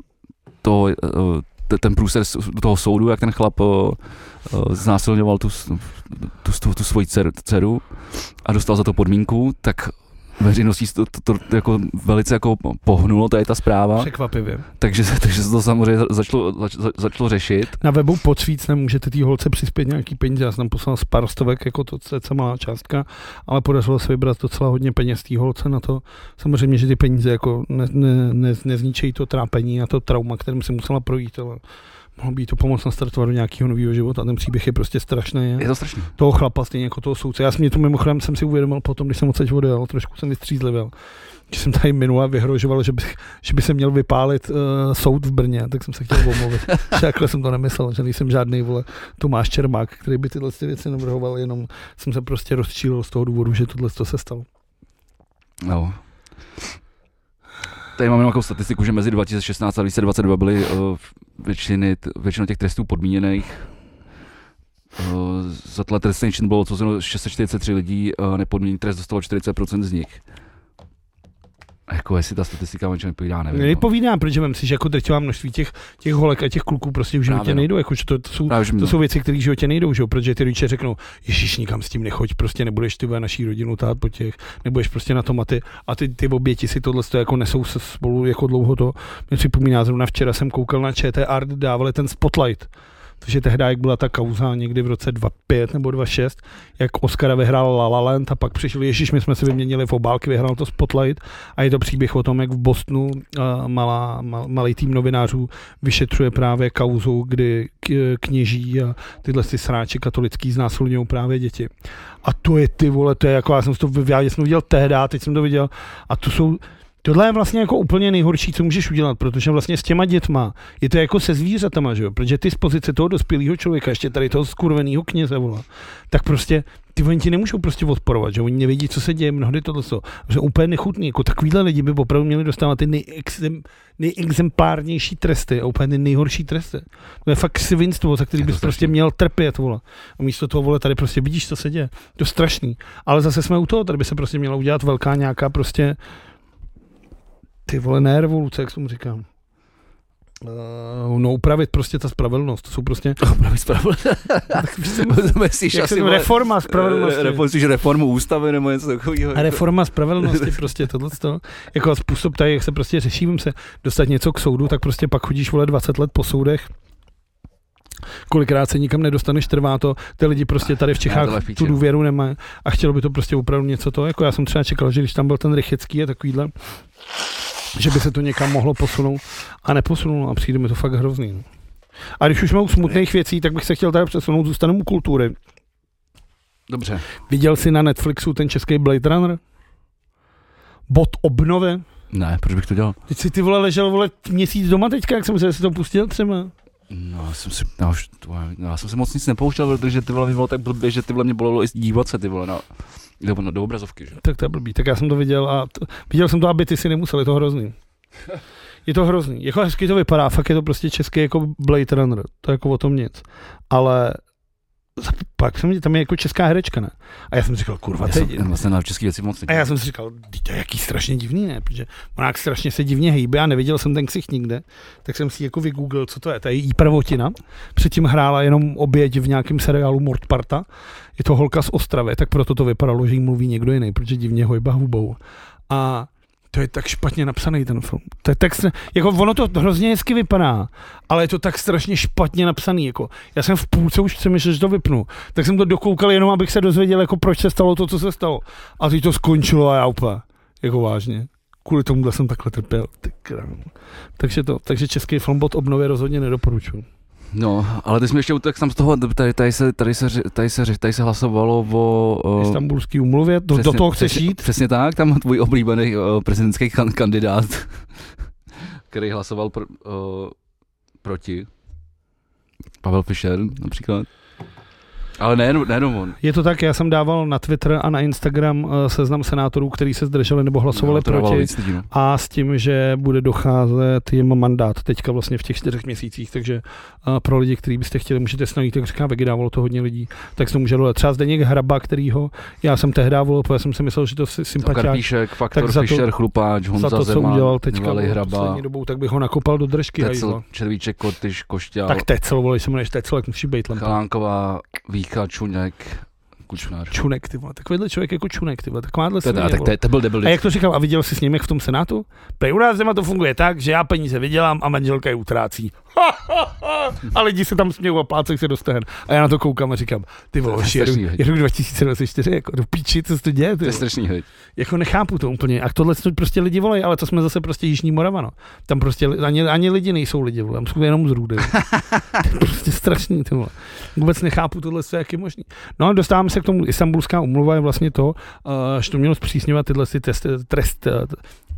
to, o, te- ten průser s- do toho soudu, jak ten chlap o, o, znásilňoval tu, s- tu, tu, tu svoji dceru, dceru a dostal za to podmínku, tak veřejností se to, to, to jako velice jako pohnulo, to je ta zpráva,
Překvapivě.
takže, se- takže se to samozřejmě začalo, zač, za- začalo řešit.
Na webu Podsvíc nemůžete té holce přispět nějaký peníze, já jsem tam poslal z pár stovek, jako to je celá malá částka, ale podařilo se vybrat docela hodně peněz té holce na to. Samozřejmě, že ty peníze jako ne, ne, ne, nezničejí to trápení a to trauma, kterým si musela projít, ale mohlo být to pomoc nastartovat do nějakého nového života. Ten příběh je prostě strašný.
Je to strašný.
toho chlapa, stejně jako toho soudce. Já jsem mě to mimochodem jsem si uvědomil potom, když jsem odsaď odjel, trošku jsem vystřízlivěl. Když jsem tady minule vyhrožoval, že by, že by se měl vypálit uh, soud v Brně, tak jsem se chtěl omluvit. Že Takhle jsem to nemyslel, že nejsem žádný vole Tomáš Čermák, který by tyhle ty věci navrhoval, jenom jsem se prostě rozčílil z toho důvodu, že tohle to se stalo.
No. Tady máme nějakou statistiku, že mezi 2016 a 2022 byly uh, většiny, t- většina těch trestů podmíněných. Uh, za tenhle trestný čin bylo odsouzeno 643 lidí, uh, nepodmíněný trest dostalo 40% z nich. Jako jestli ta statistika o něčem nepovídá, nevím. no.
Nepovídám, protože vím si, že jako drtivá množství těch, těch holek a těch kluků prostě v životě
Právě, no.
nejdou, jako, že to, to jsou
Právě, že
To jsou věci, které v životě nejdou, že? jo? protože ty rodiče řeknou, Ježíš, nikam s tím nechoď, prostě nebudeš ty vole, naší rodinu tát po těch, nebudeš prostě na tom a ty, a ty, ty oběti si tohle to jako nesou se spolu jako dlouho to. Mě připomíná, zrovna včera jsem koukal na ČT Art, dávali ten spotlight. Takže tehdy, jak byla ta kauza někdy v roce 2005 nebo 2006, jak Oscara vyhrál La La Land a pak přišel Ježíš, my jsme si vyměnili v obálky, vyhrál to Spotlight a je to příběh o tom, jak v Bostonu eh, malá, mal, malý tým novinářů vyšetřuje právě kauzu, kdy k- eh, kněží a tyhle si sráči katolický znásilňují právě děti. A to je ty vole, to je jako, já jsem to, já jsem to viděl tehdy, teď jsem to viděl a to jsou, Tohle je vlastně jako úplně nejhorší, co můžeš udělat, protože vlastně s těma dětma je to jako se zvířatama, že jo? Protože ty z pozice toho dospělého člověka, ještě tady toho skurveného kněze volá, tak prostě ty oni ti nemůžou prostě odporovat, že oni nevědí, co se děje, mnohdy tohle jsou. Že úplně nechutný, jako takovýhle lidi by opravdu měli dostávat ty nejexem, nejexemplárnější tresty a úplně ty nejhorší tresty. To je fakt svinstvo, za který
Je to
bys
strašný.
prostě měl trpět, vole. A místo toho, vole, tady prostě vidíš, co se děje. To je strašný. Ale zase jsme u toho, tady by se prostě měla udělat velká nějaká prostě ty vole, ne revoluce, jak tomu říkám. Uh, no upravit prostě ta spravedlnost, to jsou prostě
Opravdu spravedlnost. Myslíš
jak se
asi,
to,
vole,
reforma spravedlnosti.
eh, re- myslíš reformu ústavy nebo něco takového? jako-
A reforma spravedlnosti, prostě tohle to. Jako způsob tady, jak se prostě řeší, vím se dostat něco k soudu, tak prostě pak chodíš vole 20 let po soudech. Kolikrát se nikam nedostaneš, trvá to. Ty lidi prostě tady v Čechách
tohle píče,
tu
no.
důvěru nemají a chtělo by to prostě opravdu něco to. Jako já jsem třeba čekal, že když tam byl ten Rychecký a takovýhle, že by se to někam mohlo posunout a neposunulo a přijde mi to fakt hrozný. No. A když už jsme u smutných věcí, tak bych se chtěl tady přesunout, zůstanu u kultury.
Dobře.
Viděl jsi na Netflixu ten český Blade Runner? Bot obnove?
Ne, proč bych to dělal?
Teď si ty vole ležel vole měsíc doma teďka, jak jsem se si to pustil třeba.
No, já jsem si, já, už, to- já jsem se moc nic nepouštěl, protože ty vole mi bylo tak blbě, že ty vole mě bolelo i dívat se ty vole na, do, no, do obrazovky, že?
Tak to je blbý, tak já jsem to viděl a t- viděl jsem to, aby ty si nemusel, je to hrozný. Je to hrozný, jako hezky to vypadá, fakt je to prostě český jako Blade Runner, to jako o tom nic. Ale pak jsem, tam je jako česká herečka, ne? A já jsem říkal, kurva,
Já
to je
jsem
divný.
já vlastně na české věci moc
A
nedělám.
já jsem si říkal, "Ty to je jaký strašně divný, ne? Protože ona jak strašně se divně hýbe a neviděl jsem ten ksicht nikde, tak jsem si jako vygooglil, co to je. To je její pravotina. Předtím hrála jenom oběť v nějakém seriálu Mordparta. Je to holka z Ostravy, tak proto to vypadalo, že jí mluví někdo jiný, protože divně hojba hubou. A to je tak špatně napsaný ten film. To je tak, stra- jako ono to hrozně hezky vypadá, ale je to tak strašně špatně napsaný. Jako. Já jsem v půlce už přemýšlel, že to vypnu. Tak jsem to dokoukal jenom, abych se dozvěděl, jako proč se stalo to, co se stalo. A teď to skončilo a já úplně, jako vážně. Kvůli tomuhle jsem takhle trpěl. Ty krávo. takže, to, takže český film bod obnově rozhodně nedoporučuju.
No, ale ty jsme ještě utek tam z toho, tady, tady, se, tady, se, ři- tady, se, ři- tady se hlasovalo o... o-
Istanbulský umluvě, do, do toho chceš
přesně,
jít?
Přesně tak, tam tvůj oblíbený uh, prezidentský kan- kandidát, který hlasoval pro, uh, proti. Pavel Fischer například. Ale nejenom, nejenom on.
Je to tak, já jsem dával na Twitter a na Instagram eh, seznam senátorů, který se zdrželi nebo hlasovali
No, to dávalo
proti.
Víc lidí, no.
a s tím, že bude docházet jim mandát teďka vlastně v těch čtyřech měsících, takže a pro lidi, kteří byste chtěli, můžete snadit, tak říká Vegy, dávalo to hodně lidí, tak se to může dole. Třeba Zdeněk Hraba, kterýho já jsem tehdy volil, protože jsem si myslel, že to si
To
sympatiák
Karpíšek, Faktor
tak za to-
Fischer, Chlupáč, Honza
za to, co
Zeman,
udělal teďka
Valej Hraba,
poslední dobou, tak bych ho nakopal do držky.
Tecl,
Tecl,
Červíček, Kotyš, Košťál,
tak Tecel, volej se jmenuješ Tecel, jak musí být lampa.
Chalánková, Vícha, Čuněk, Kučnář.
Čunek, ty vole. Takovýhle člověk jako Čunek, ty vole. Takováhle
To je-
svině,
tak
vole.
to je- to byl debil.
A jak to říkal, a viděl jsi s ním, jak v tom Senátu? Prej u nás doma to funguje tak, že já peníze vydělám a manželka je utrácí. a lidi se tam smějou a plácek se dostehen. A já na to koukám a říkám, ty
To
vole,
je
je, rok-
strašný,
je
veď.
rok 2024, jako do píči, co se to děje, ty
To je
vole.
strašný hit.
Jako nechápu to úplně. A tohle to prostě lidi volají, ale to jsme zase prostě Jižní Morava, no. Tam prostě li- ani, ani lidi nejsou lidi, vole, tam jsou jenom zrůdy. vole. To je prostě strašný, ty vole. Vůbec nechápu tohle, co jak je možný. No a dostáváme se k tomu, Istanbulská umluva je vlastně to, eh, že to mělo zpřísňovat tyhle ty testy, trest, eh,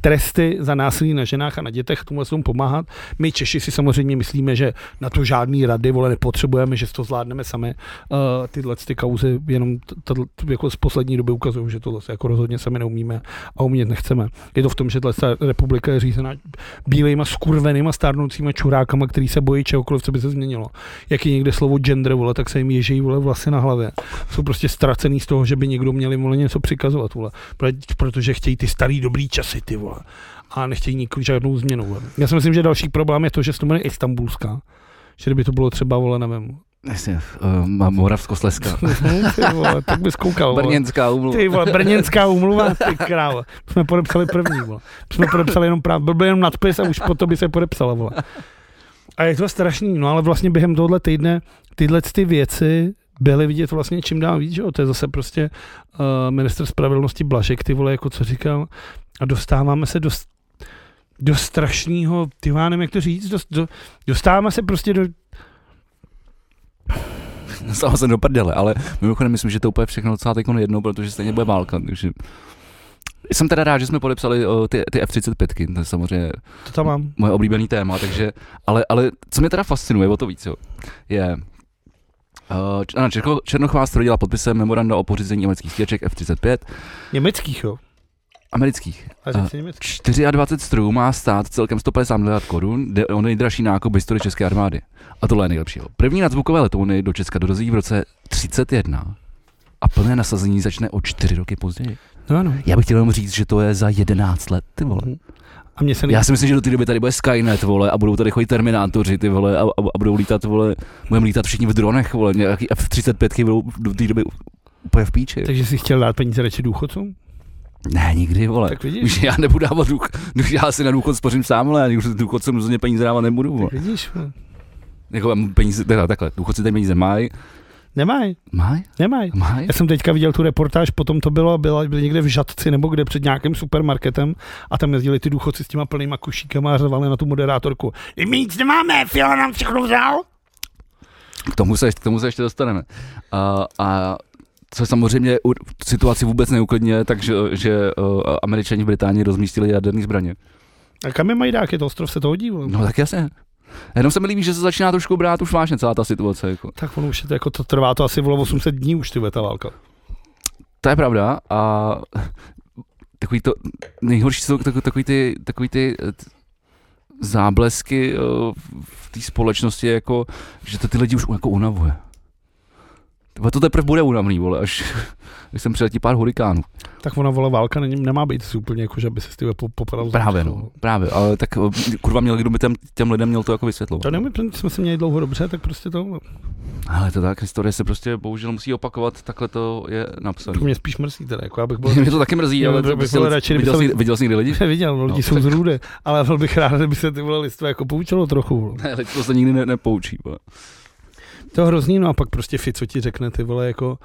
tresty za násilí na ženách a na dětech, tomu tomu pomáhat. My Češi si samozřejmě myslíme, že na to žádný rady vole nepotřebujeme, že to zvládneme sami. Eh, tyhle ty kauzy jenom t- t- t- jako z poslední doby ukazují, že tohle se jako rozhodně sami neumíme a umět nechceme. Je to v tom, že tahle ta republika je řízená bílejma skurvenýma stárnoucíma čurákama, který se bojí čehokoliv, co by se změnilo. Jak je někde slovo gender, vole, tak se jim ježejí vole vlasy na hlavě. Jsou prostě ztracený z toho, že by někdo měl jim vole něco přikazovat, vole. Pro- protože chtějí ty starý dobrý časy, ty vole. A nechtějí nikdy žádnou změnu. Vole. Já si myslím, že další problém je to, že se to jmenuje Istanbulská. Že kdyby to bylo třeba, vole, nevím.
Jasně, eh, mám Moravskoslezská.
ty vole, tak bys koukal. Vole.
Brněnská úmluva.
Ty vole, brněnská umluva, ty krávo. Jsme podepsali první, vole. Jsme podepsali jenom práv, byl by jenom nadpis a už po to by se podepsala, vole. A je to strašný, no ale vlastně během tohohle týdne tyhle ty věci byly vidět vlastně čím dál víc, že jo? To je zase prostě uh, minister spravedlnosti Blažek, ty vole, jako co říkal. A dostáváme se do, s- do strašného, ty vole, já nevím, jak to říct, do, do, dostáváme se prostě do,
Sama jsem do prdele, ale mimochodem myslím, že to úplně všechno docela teď jedno, protože stejně bude válka, takže... Jsem teda rád, že jsme podepsali o, ty, ty F-35, to je samozřejmě
to tam mám.
moje oblíbený téma, takže, ale, ale co mě teda fascinuje o to víc, jo, je, uh, Anna Čerko- Černochová stvrdila podpisem memoranda o pořízení amerických stíleček F-35,
Německých, jo?
amerických,
A říct německých.
24 strojů má stát celkem 150 miliard korun, jde o nejdražší nákup v historii České armády. A tohle je nejlepšího. První nadzvukové letouny do Česka dorazí v roce 31 a plné nasazení začne o 4 roky později.
No, no.
Já bych chtěl jenom říct, že to je za 11 let, ty vole.
A mně se
Já si myslím, že do té doby tady bude Skynet, vole, a budou tady chodit Terminátoři, ty vole, a, a, a budou lítat, vole, budeme lítat všichni v dronech, vole, nějaký F-35 budou do té doby úplně v píči.
Takže jsi chtěl dát peníze radši důchodcům?
Ne, nikdy, vole.
Tak vidíš.
Už já nebudu dávat důch, když já si na důchod spořím sám, ale já důchodcům rozhodně peníze dávat nebudu. Vole.
Tak vidíš, vole.
Jako em, peníze, teda takhle, důchodci ty peníze mají.
nemaj,
Mají?
nemaj.
Mají?
Já jsem teďka viděl tu reportáž, potom to bylo, byla, byli někde v Žadci nebo kde před nějakým supermarketem a tam jezdili ty důchodci s těma plnýma kušíkama a řvali na tu moderátorku. "I My nic nemáme, Fila nám všechno vzal.
K tomu se, k tomu se ještě dostaneme. A, a co samozřejmě u- situaci vůbec neuklidně, takže že uh, američani v Británii rozmístili jaderné zbraně.
A kam je Majdák, je to ostrov, se to hodí. vole.
No tak jasně. Jenom se mi líbí, že se začíná trošku brát už vážně celá ta situace. Jako.
Tak ono už je to, jako to trvá to asi vole 800 dní už ty vole, ta válka.
To je pravda a takový to, nejhorší jsou takový, takový ty, takový ty eh, t- záblesky eh, v- v té společnosti, jako, že to ty lidi už jako unavuje. Tvo, To teprve bude únavný, vole, až, až jsem přiletí pár hurikánů.
Tak ona vole válka není, nemá být úplně jako, že aby se s tím popadal.
Právě, no, právě, ale tak eh, kurva měl, kdo by těm, těm lidem měl to jako vysvětlovat.
To nevím, to jsme se měli dlouho dobře, tak prostě to,
Ale to tak, historie se prostě bohužel musí opakovat, takhle to je napsané.
to mě spíš mrzí teda, jako já bych byl...
Mě to taky mrzí,
Já
ale
bych byl
to prostě,
radši, kdyby
viděl,
to-
jsi, viděl jsi někdy lidi?
Neviděl, no, lidi
No,
jsou
tak-
tak... zrůde, ale byl bych rád, kdyby se ty vole listva jako poučilo trochu. Vole.
Ne, lidi to se nikdy ne, nepoučí. Bo.
To je hrozný, no a pak prostě Fico ti řekne ty vole jako,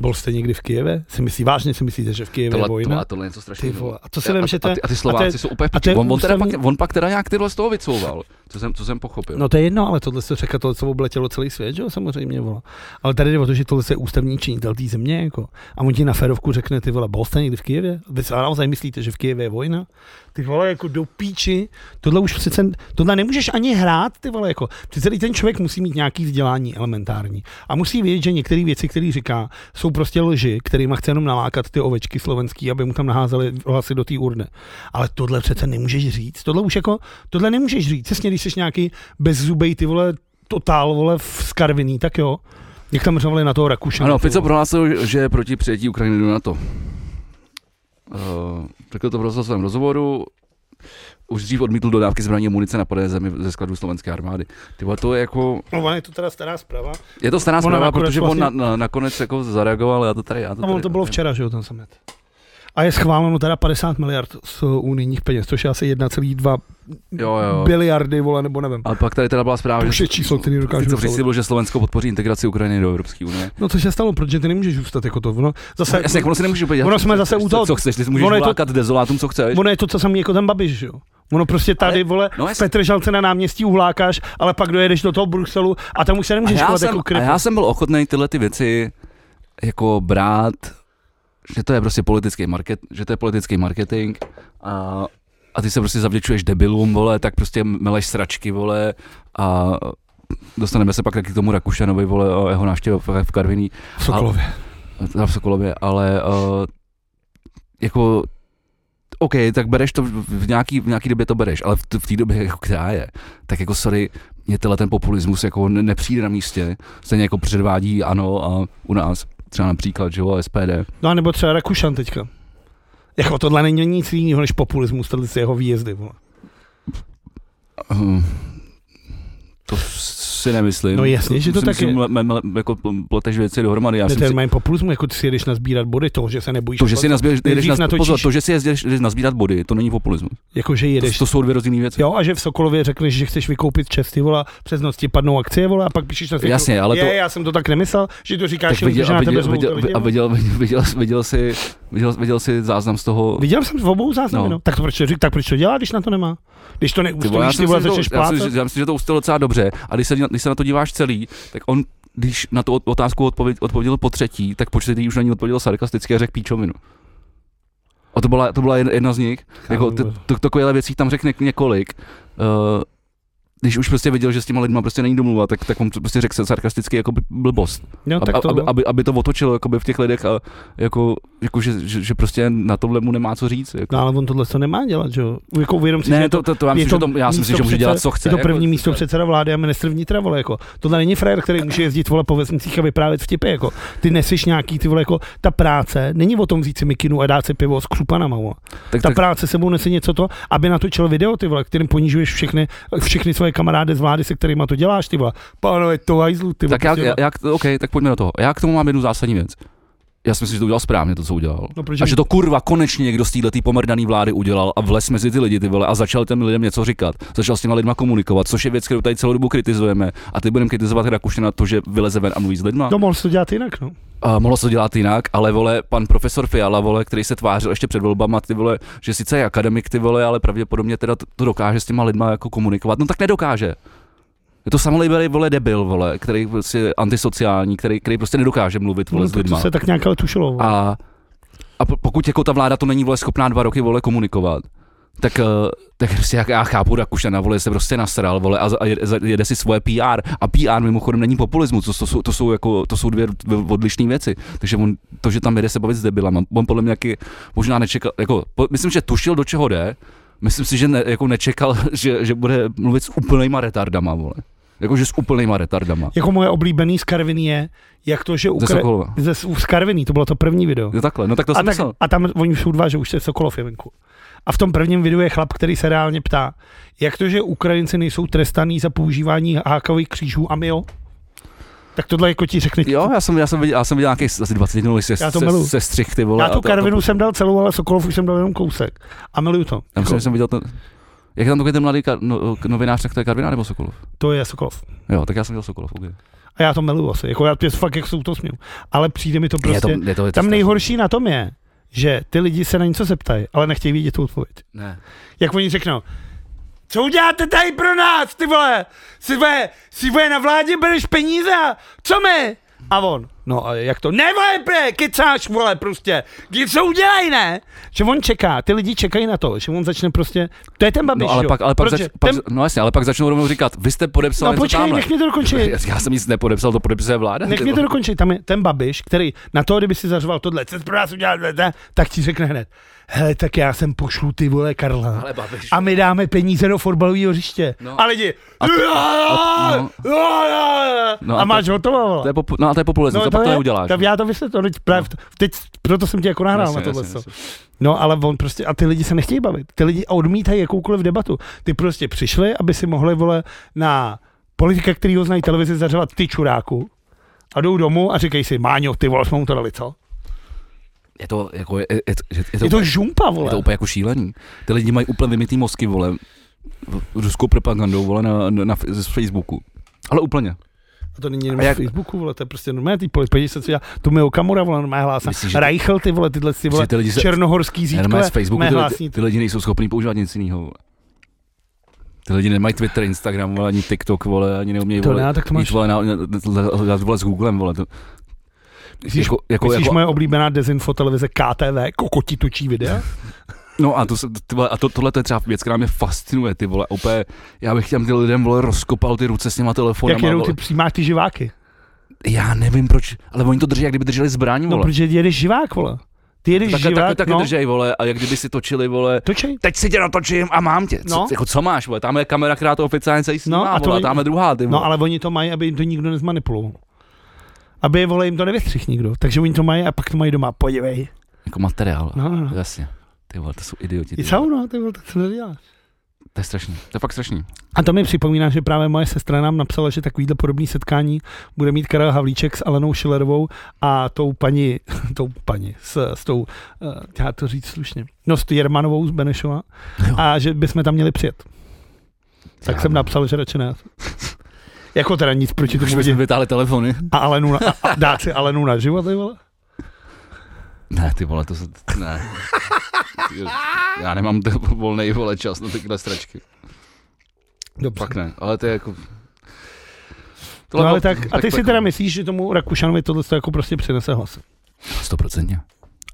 byl jste někdy v Kijeve? Si myslí, vážně si myslíte, že v Kijevě je
Tohle, tohle,
vojna?
tohle je něco strašného.
Ty vole, a to
A-
si nevím, že to
a,
je...
ty, a ty Slováci
a to je-
jsou úplně
a to je
piči. On, teda pak,
ústavní-
on pak teda nějak tyhle z toho vycouval, co jsem, co jsem pochopil.
No to je jedno, ale tohle se řekla, tohle se obletělo celý svět, že jo, samozřejmě, vole. Ale tady jde o to, že tohle se je ústavní činitel té země, jako. A on ti na ferovku řekne, ty vole, byl jste někdy v Kijevě? Vy se naozaj myslíte, že v Kijevě je vojna? Ty vole, jako do píči, tohle už přece, tohle nemůžeš ani hrát, ty vole, jako. Přece i ten člověk musí mít nějaký vzdělání elementární. A musí vědět, že některé věci, které říká, jsou prostě lži, kterýma chce jenom nalákat ty ovečky slovenský, aby mu tam naházeli hlasy do té urny. Ale tohle přece nemůžeš říct. Tohle už jako, tohle nemůžeš říct. Přesně, když jsi nějaký bezzubej, ty vole, totál, vole, v skarviný, tak jo. Jak tam řvali na toho Rakušana.
Ano,
ty
Fico
vole.
prohlásil, že je proti přijetí Ukrajiny do NATO. Uh, řekl to v svém rozhovoru. Už dřív odmítl dodávky zbraní a munice napadené zemi ze skladu slovenské armády. Ty vole, to je jako...
No, ona je to teda stará zpráva.
Je to stará
Ono
zpráva,
nakonec
protože on na,
vlastně-
na, nakonec jako zareagoval, já to tady... Já to,
A
tady
ono No, to bylo včera, že jo, ten summit. A je schváleno teda 50 miliard z eh, unijních peněz, což je asi 1,2
Jo, jo.
biliardy, vole, nebo nevím.
Ale pak tady teda byla zpráva,
To už
že
je číslo, který dokážu
Fico
vyslovit.
přislíbil, že Slovensko podpoří integraci Ukrajiny do Evropské unie.
No což se stalo, protože ty nemůžeš zůstat jako to. No, zase,
No, jasně, jak ono si nemůžeš úplně
Ono jsme zase
co,
u toho-
Co chceš, ty si můžeš
ono je to-
vlákat dezolátům, co chceš.
ono je to, co samý jako ten Babiš, že jo. Ono prostě tady,
Ale-
vole,
no
no
jasně.
Petržalce na náměstí uhlákáš, ale pak dojedeš do toho Bruselu a tam už se nemůžeš
a já,
chovat
jsem,
jako
a
kryt.
já jsem byl ochotný tyhle ty věci jako brát, že to je prostě politický market, že to je politický marketing a, a ty se prostě zavděčuješ debilům, vole, tak prostě meleš sračky, vole, a dostaneme se pak taky k tomu Rakušanovi, vole, o jeho návštěvě v- v Karviní,
V Sokolově.
teda v Sokolově, ale uh, jako OK, tak bereš to v- v nějaký, v nějaký době to bereš, ale v, t- v té době, jako která je, tak jako sorry, mě tenhle ten populismus jako ne- nepřijde na místě, stejně jako předvádí ano a u nás, třeba například, že jo, SPD.
No a nebo třeba Rakušan teďka. Jako tohle není nic jiného než populismus, tohle se jeho výjezdy. Vole.
Hm. To si nemyslím.
No jasně, že to
si
tak
myslím,
je.
Le, le, jako pl- pleteš věci dohromady. Já
Ne,
jsem
to je
si,
mají populismus, jako ty si jedeš nazbírat body toho, že se nebojíš.
to, že si nazbíraš,
Nejdřív
jdeš na,
natočíš-
pozor, to, že si jezdíš, jdeš nazbírat body, to není populismus.
Jako, že
To,
jedeš.
to jsou dvě rozdílné věci.
Jo, a že v Sokolově řekneš, že chceš vykoupit čest, ty vole, přes noc ti padnou akcie, vole, a pak píšeš na Twitteru,
Jasně, ale
je,
to-
já jsem to tak nemyslel, že to říkáš,
Tak
že viděl,
viděl, a
na tebe
viděl,
zvou to
viděl,
lidi,
a
vole.
viděl, viděl, viděl, viděl, si, viděl, viděl si záznam z toho.
Viděl jsem v obou záznamy, no.
No.
no. Tak, to proč, to řík- tak proč to dělá, když na to nemá? Když to
Ty vole, já
neustolíš,
si
ty vole,
myslím, že
začneš
to- já si
plácat.
myslím, že- já myslím, že to ustal docela dobře. A když se, na- když se na to díváš celý, tak on když na tu otázku odpověd, odpověděl po třetí, tak po čtvrtý už na ní odpověděl sarkasticky a řekl píčovinu. A to byla, to byla jedna- jedna z nich. Jako, t- to, takovéhle věcí tam řekne několik. Uh, když už prostě viděl, že s těma lidma prostě není domluva, tak, tak on prostě řekl sarkasticky jako bl- blbost.
No, tak
Ab-
to,
aby, aby, aby to otočilo jakoby v těch lidech a jako, jako že, že, že prostě na tohle mu nemá co říct. Jako.
no, ale on tohle to nemá dělat, že jo? Jako uvědom si, že
Ne,
je
to, to, to, já
je
myslím,
to
že to, já si myslím, že může
místopředseda-
dělat, co chce.
je to první
jako,
místo předseda vlády a ministr vnitra, vole, jako. Tohle není frajer, který může jezdit, vole, po vesnicích a vyprávět vtipy, jako. Ty neseš nějaký, ty vole, jako, ta práce, není o tom vzít si mikinu a dát si pivo s křupanama, vole.
Tak,
Ta
tak,
práce sebou nese něco to, aby natočil video, ty vole, kterým ponižuješ všechny, všechny svoje kamarády z vlády, se kterými to děláš, ty vole. Pánové, to hajzlu, ty vole.
tak já,
prostě,
já, já, OK, tak pojďme do toho. Já k tomu mám jednu zásadní věc. Já si myslím, že to udělal správně, to, co udělal.
No, protože
A že to kurva konečně někdo z této pomrdaný vlády udělal a vles mezi ty lidi ty vole a začal těm lidem něco říkat. Začal s těma lidma komunikovat, což je věc, kterou tady celou dobu kritizujeme. A ty budeme kritizovat Rakušina to, že vyleze ven a mluví s lidma.
No, mohl jsi to dělat jinak, no.
A mohlo se to dělat jinak, ale vole, pan profesor Fiala, vole, který se tvářil ještě před volbama, ty vole, že sice je akademik, ty vole, ale pravděpodobně teda t- to dokáže s těma lidma jako komunikovat. No tak nedokáže. Je to samolibelý, vole, debil, vole, který prostě je antisociální, který, který prostě nedokáže mluvit, vole,
no
s
to, to
lidma.
se tak nějak ale tušilo. vole.
A, a po- pokud jako ta vláda to není, vole, schopná dva roky, vole, komunikovat, tak, eh, tak prostě jak já chápu Rakušana, vole, se prostě nasral, vole, a, za- a jede, za- jede, si svoje PR. A PR mimochodem není populismus, to, to, jsou, to jsou, jako, to jsou dvě v- odlišné věci. Takže on, to, že tam jede se bavit s debilama, on podle mě jaký, možná nečekal, jako, po- myslím, že tušil, do čeho jde, Myslím si, že ne, jako nečekal, že, že bude mluvit s úplnýma retardama, vole. Jakože s úplnýma retardama.
Jako moje oblíbený z Karviny je, jak to, že...
Ze
Ukra-
Sokolova.
ze, z Karviny, to bylo to první video.
Jo, takhle, no tak to
a,
jsem
tak,
myslel.
a tam oni jsou dva, že už se Sokolov je venku. A v tom prvním videu je chlap, který se reálně ptá, jak to, že Ukrajinci nejsou trestaní za používání hákových křížů a my jo? Tak tohle jako ti řekne.
Jo, já jsem, já jsem viděl, já jsem viděl nějaký asi 20 minut se,
Já to miluju.
se, se střih, ty vole.
Já
a
tu
to- a to-
Karvinu jsem dal celou, ale Sokolov už jsem dal jenom kousek. A miluju to. Jako,
Já myslím, že jsem viděl ten, jak je tam takový ten mladý kar, no, k- novinář, tak to je Karvina nebo Sokolov?
To je Sokolov.
Jo, tak já jsem viděl Sokolov, okay.
A já to miluju asi. Jako já tě fakt jak jsou to směju. Ale přijde mi to prostě...
je to, je to, je to
tam
strašný.
nejhorší na tom je, že ty lidi se na něco zeptají, ale nechtějí vidět tu odpověď.
Ne.
Jak oni řeknou, co uděláte tady pro nás, ty vole? Si vole, si vole na vládě bereš peníze, co my? A on, no a jak to? Ne, vole, pre, kecáš, vole, prostě. Kdy co udělají, ne? Že on čeká, ty lidi čekají na to, že on začne prostě, to je ten babiš,
No, ale
jo?
pak, ale pak,
Protože
zač, pak,
ten,
za- no jasně, ale pak začnou rovnou říkat, vy jste podepsal
No
něco
počkej,
tamhle.
nech mě to dokončit.
Já, já jsem nic nepodepsal, to podepisuje vláda.
Nech
ty
mě to
vole.
dokončit, tam je ten babiš, který na to, kdyby si zařval tohle, co jsi pro nás udělal, ne, ne, tak ti řekne hned, hele, tak já jsem pošlu ty vole Karla.
Ale babiš.
a my dáme peníze do fotbalového hřiště.
No.
A lidi, a,
a- no. No
a,
a
máš hotovo.
To je popu, no a to je populismus, no, to, to neuděláš.
Tak
no.
já to vysvětlím, teď, právě, teď, proto jsem tě jako nahrál
Jasně,
na tohle.
jasně,
co.
jasně.
No ale on prostě, a ty lidi se nechtějí bavit. Ty lidi odmítají jakoukoliv debatu. Ty prostě přišli, aby si mohli, vole, na politika, který ho znají televizi, zařvat ty čuráku. A jdou domů a říkají si, Máňo, ty vole, jsme mu to dali, co?
Je to, jako, je, je, je, je, to,
Je to žumpa, vole.
Je to úplně jako šílený. Ty lidi mají úplně vymitý mozky, vole, v- ruskou propagandou, vole, na, na, na, z Facebooku. Ale úplně.
A to není jenom
A jak-
na Facebooku, vole, to je prostě normálně ty poli, podívej se, co dělá. To mi Okamura, vole, normálně hlásá.
Myslíš, že-
Reichel, ty vole, tyhle ty vole,
že ty lidi se-
černohorský zítkové,
Normálně z Facebooku
mé
ty,
hlásní.
lidi, ty lidi nejsou schopní používat nic jiného. vole. Ty lidi nemají Twitter, Instagram, vole, ani TikTok, vole, ani neumějí
To
vole,
ne, tak to máš-
jít, vole, na, na, na, na, vole, s Googlem, vole. To,
Myslíš, jako, jako, myslíš jako, moje oblíbená dezinfo televize KTV, kokoti točí videa?
No a, to, se- ty vole, a to, tohle to je třeba věc, která mě fascinuje, ty vole, úplně, já bych těm ty lidem, vole, rozkopal ty ruce s těma
Jak
telefonama,
jedou ty
vole.
přímáš ty živáky?
já nevím proč, ale oni to drží, jak kdyby drželi zbraň,
No,
vole.
protože jedeš živák, vole. Ty jedeš
takhle,
živák,
takhle, takhle
no.
držej, vole, a jak kdyby si točili, vole,
Točej.
teď si tě natočím a mám tě. Co,
No.
no. jako, co máš, vole, tam je kamera, která to oficiálně celý snímá, no, a,
a to
vole,
oni-
a tam je druhá, ty, vole.
No ale oni to mají, aby jim to nikdo nezmanipuloval. Aby je, vole, jim to nevystřih nikdo. Takže oni to mají a pak to mají doma. Podívej.
Jako materiál, no.
No, no, no.
jasně. Ty vole, to jsou idioti.
I
Ty, vole.
sauna, ty vole, tak to nedělá.
to je strašný, to je fakt strašný.
A to mi připomíná, že právě moje sestra nám napsala, že takovýhle podobný setkání bude mít Karel Havlíček s Alenou Šilerovou a tou paní, tou paní, s, s tou, eh, já to říct slušně, no s Jermanovou z Benešova
Jo.
a že bychom tam měli přijet. Tak
Já
jsem
nevím.
napsal, že radši ne. Jako teda nic proti
Už
tomu
bychom
lidi.
vytáhli telefony.
A Alenu na, a, a dát si Alenu na život, ty vole.
Ne, ty vole, to se, ne. Ty- Já nemám t- volnej vole čas na tyhle stračky.
Dobře.
No Pak ne, ale to je jako...
No ale
bylo-
tak, a ty si
jako-
teda myslíš, že tomu Rakušanovi tohle to jako prostě přinese hlas.
Stoprocentně.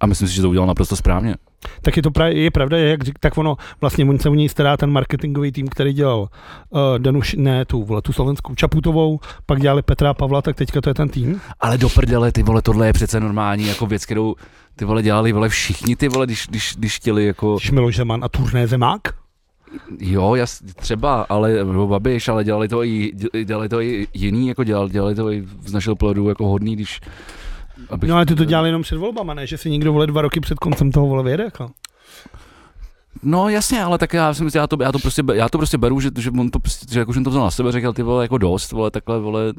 A myslím si, že to udělal naprosto správně.
Tak je to pra- je pravda, jak řík, tak ono, vlastně on se u něj stará ten marketingový tým, který dělal uh, Danuš, ne tu, vole, tu slovenskou Čaputovou, pak dělali Petra a Pavla, tak teďka to je ten tým.
Ale do prdele, ty vole, tohle je přece normální jako věc, kterou ty vole dělali vole všichni ty vole, když, když, když chtěli jako,
Když Miloš Zeman a turné Zemák.
jo, jas, třeba, ale nebo Babiš, ale dělali to i, dělali to i jiný, jako dělali, dělali to i z našeho pohledu jako hodný, když abych,
No ale ty to dělali jenom před volbama, ne? Že si někdo vole dva roky před koncem toho vole vyjede, jako.
No jasně, ale tak já, jsem, já, to, já, to, prostě, be- já to prostě beru, že, že on to, prostě- že jako, že on to vzal na sebe, řekl ty vole jako dost, vole takhle vole,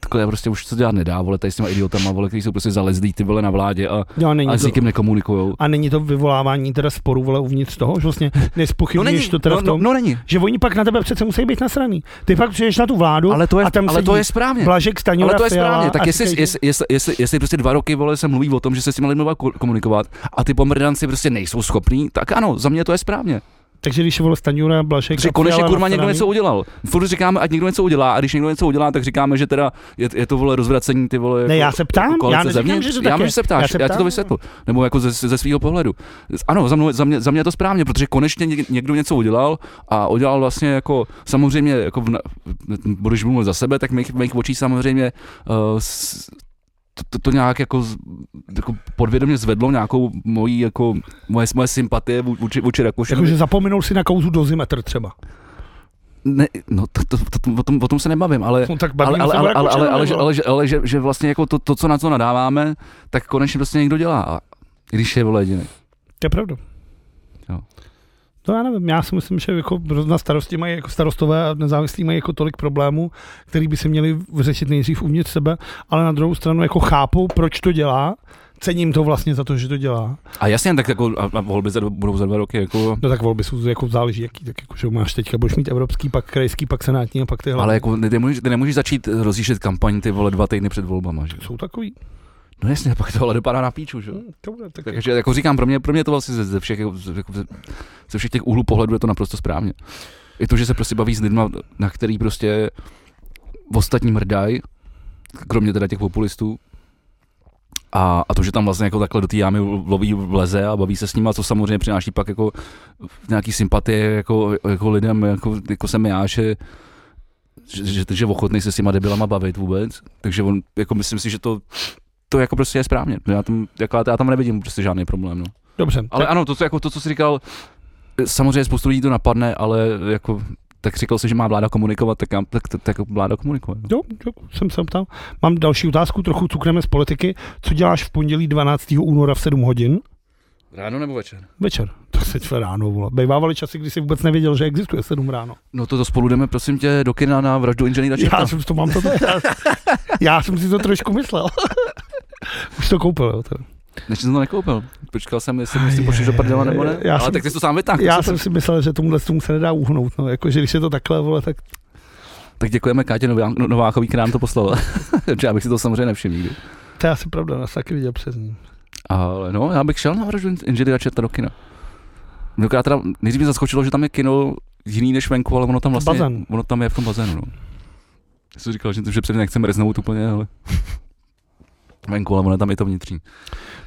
takhle já prostě už se dělat nedá, vole tady s těma idiotama, vole, kteří jsou prostě zalezlí ty vole na vládě a,
Jo, No, není
a s
to, No,
nikým nekomunikujou.
a není to vyvolávání teda sporu vole uvnitř toho, že vlastně nespochybníš to teda
no,
v tom,
no, no není,
že oni pak na tebe přece musí být nasraný. Ty pak přijdeš na tu vládu
ale to je,
Hm? a tam
ale
sedí
to je správně.
Blažek, Staňura,
Ale to je
Fiala
správně,
a
tak jestli,
říkají ti-
jestli, jestli, jestli, jestli, prostě dva roky vole se mluví o tom, že se s těma lidmi má ko- komunikovat a ty pomrdanci prostě nejsou schopní, tak ano, za mě to je správně.
Takže když je vole Staňura, Blažek
Protože
a
konečně
Fiala
kurva
nasraný-
někdo něco udělal. Furt říkáme, ať někdo něco udělá, a když někdo něco udělá, tak říkáme, že teda je, je to vole rozvracení ty vole.
Ne,
jako
já se ptám,
koalice
já neříkám,
zevnitř.
že to
já
tak
vím,
je.
že se ptám,
Já se
já, ti to
ptám.
vysvětlu. Nebo jako ze, ze svého pohledu. Ano, za, mnou, za, mě, za mě je to správně, protože konečně něk- někdo něco udělal a udělal vlastně jako samozřejmě, jako v, na- když budu mluvit za sebe, tak v mých, v mých očích samozřejmě uh, s, to, to, to, nějak jako, z- jako podvědomě zvedlo nějakou mojí jako
jako,
moje, moje sympatie vůči, vůči Rakušanovi.
Jakože zapomenul si na kouzu dozimetr třeba.
ne, no, to, to, to, o, tom, o tom se nebavím, ale
No tak
ale,
bavíme
ale,
se
ale,
o
ale, ale,
Rakušanovi,
ale, že,
vole.
ale, že, ale že, že vlastně jako to, to, co na co nadáváme, tak konečně prostě někdo dělá, a- i když je vole jediný.
To je pravda.
Jo.
To já nevím, já si myslím, že jako na starosti mají jako starostové a nezávislí mají jako tolik problémů, který by se měli řešit nejdřív uvnitř sebe, ale na druhou stranu jako chápu, proč to dělá, cením to vlastně za to, že to dělá.
A jasně, tak jako, a, a volby za, budou za dva roky, jako,
No tak volby jsou jako záleží jaký, tak jako, že máš teďka, budeš mít evropský, pak krajský, pak senátní a pak tyhle.
ale jako ty nemůžeš, ty nemůžeš začít rozjíšet kampaň ty vole dva týdny před volbama, že? jo.
jsou takový.
No jasně, pak tohle dopadá na píču, že? jo.
Hm, to bude, tak
Takže jako říkám, pro mě, pro mě to vlastně ze, ze, všech, jako, ze, jako ze, ze všech těch úhlů pohledu je to naprosto správně. I to, že se prostě baví s lidmi, na který prostě ostatní mrdají, kromě teda těch populistů, a, a to, že tam vlastně jako takhle do té jámy loví vleze a baví se s nima, co samozřejmě přináší pak jako nějaký sympatie jako, jako lidem, jako, jako jsem já, že, že, že, že ochotnej se s těma debilama bavit vůbec. Takže on, jako myslím si, že to, to jako prostě je správně. Já tam, jako, já tam nevidím prostě žádný problém. No.
Dobře,
Ale
tak,
ano, to, co, jako to, co jsi říkal, eh, samozřejmě spoustu lidí to napadne, ale jako, tak říkal jsi, že má vláda komunikovat, tak, já- tak, tak, tak vláda komunikuje. no.
jo, jo, jsem se ptal. Mám další otázku, trochu cukneme z politiky. Co děláš v pondělí 12. února v 7 hodin?
Ráno nebo večer?
Večer. To se tvé ráno, vole. Bejvávaly časy, kdy jsi vůbec nevěděl, že existuje 7 ráno.
No to, to spolu jdeme, prosím tě, do kina na vraždu inženýra Čerta.
Já jsem to mám to já, já, jsem si to trošku myslel. Už to koupil, jo. Teda.
Než jsem to nekoupil. Počkal jsem, jestli
Aj,
prostě
je,
pošleš do prdele nebo
je,
ne.
já
Ale
jsem-
tak ty jsi to sám vytáhl.
Já
super.
jsem si myslel, že tomuhle tomu se nedá uhnout. No. Jako, že když je to takhle, vole, tak
Tak děkujeme Kátě Nová- Novákový, která nám to poslala. Protože já bych si to samozřejmě nevšiml nikdy.
to je asi pravda, nás taky viděl přes ní.
Ale no, já bych šel na vraždu in- inženýra Čerta do kina. Mnohokrát teda, nejdřív mě zaskočilo, že tam je kino jiný než venku, ale ono tam vlastně,
Bazén.
ono tam je v tom bazénu, no. Já jsem říkal, že, že před nechceme reznout úplně, ale venku, ale ono tam je to vnitřní.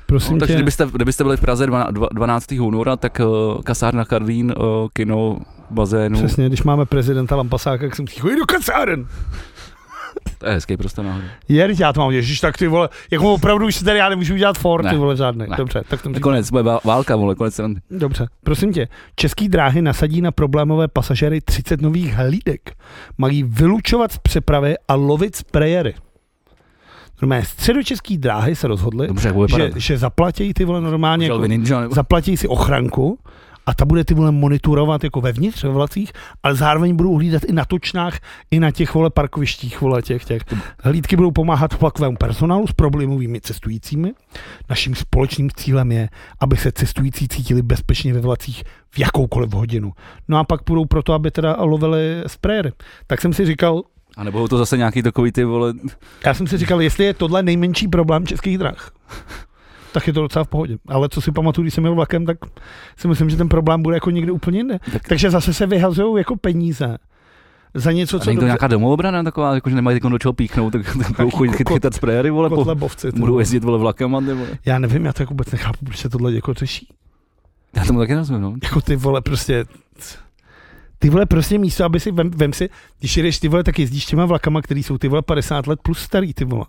Prosím
No,
no,
takže
tě,
kdybyste, kdybyste byli v Praze dva- dva- 12. února, tak uh, kasárna Karlín, uh, kino, bazénu,
přesně, když máme prezidenta Lampasáka, jak jsem si jdu do kancáren.
to je hezký prostě náhodou.
Jer, já to mám, ježiš, tak ty vole, jako opravdu už se tady já nemůžu udělat for,
Ne,
ty vole, žádný.
ne. Jako
Dobře, tak jsem říkal.
Konec, bude vá- válka, vole, konec srandy.
Dobře, prosím tě, český dráhy nasadí na problémové pasažery 30 nových hlídek. Mají vylučovat z přepravy a lovit sprejery. Normálně středočeský dráhy se rozhodly,
Dobře, jak bude
že,
vypadat?
že zaplatí ty vole normálně,
Žel
jako,
vy ninja, nebo...
zaplatí si ochranku a ta bude ty vole monitorovat jako vevnitř ve vlacích, ale zároveň budou hlídat i na točnách, i na těch vole parkovištích, vole těch, těch. Hlídky budou pomáhat vlakovému personálu s problémovými cestujícími. Naším společným cílem je, aby se cestující cítili bezpečně ve vlacích v jakoukoliv hodinu. No a pak budou proto, aby teda lovili sprejery. Tak jsem si říkal,
A nebo to zase nějaký takový ty vole,
já jsem si říkal, jestli je tohle nejmenší problém českých drah, tak je to docela v pohodě. Ale co si pamatuju, když jsem jel vlakem, tak si myslím, že ten problém bude jako někde úplně jinde.
Tak-
Tak. Takže zase se vyhazují jako peníze za něco,
A
co
není to
dobře,
nějaká domobrana taková, jako že nemají jako do čeho píchnout, tak, tak budou chodit chyt,
Jako kot-
chytat sprejery, vole, po,
kotlebovci. ty
budou
vole.
jezdit vole vlakem, nebo...
Já nevím, já to jako vůbec nechápu, proč se tohle jako řeší.
Já tomu taky nerozumím, no.
Jako ty vole prostě, ty vole prostě místo, aby si, vem, vem si, když jedeš ty vole, tak jezdíš těma vlakama, který jsou ty vole 50 let plus starý, ty vole.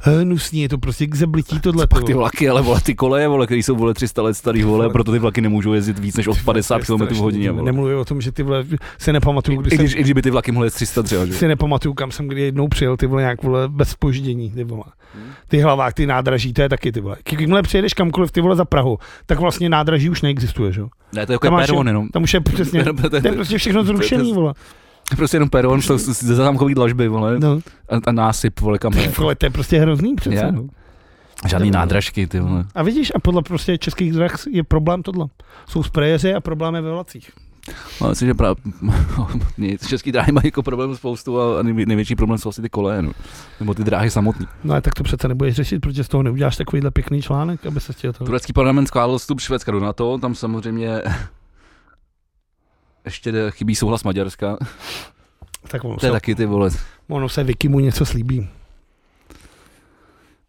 Hnusný, je to prostě k zeblití tohle.
Pak ty vlaky, ale vole, ty koleje, vole, který jsou vole 300 let starý, vole, proto ty vlaky nemůžou jezdit víc než od 50 km v hodině, vole.
Nemluvím o tom, že ty vole, se nepamatuju,
I
kdy
když,
jsem,
i kdyby ty vlaky mohly jet 300 třeba, že? jo?
si nepamatuju, kam jsem kdy jednou přijel, ty vole, nějak vole, bez spoždění, ty vole. Ty hlavák, ty nádraží, to je taky ty vole. Jakmile přijedeš kamkoliv ty vole za Prahu, tak vlastně nádraží už neexistuje, že? jo?
Ne, to je jako je
Tam máš
peron jenom.
Tam už je přesně,
To je- to je-
to je prostě všechno zrušený, vole.
Prostě jenom peron, jsou z- ze zámkový dlažby, vole,
No,
a, a násyp, vole, kam
ty
je.
vole, to je prostě hrozný
Je.
přece. no.
Žádný nádražky, ty vole.
A vidíš, a podle prostě českých drah je problém tohle. Jsou sprejeři a problém je ve vlacích.
Mám si, že pra... nic, český dráhy mají jako problém spoustu a nejvě- největší problém jsou asi ty koleje, no. Nebo ty dráhy samotný.
No a tak to přece nebudeš řešit, protože z toho neuděláš takovýhle pěkný článek, aby se chtěl to.
Turecký parlament schválil vstup Švédska do NATO, tam samozřejmě ještě jde- chybí souhlas Maďarska.
Tak ono
To je
se,
taky ty vole.
ono se Vicky mu něco slíbí.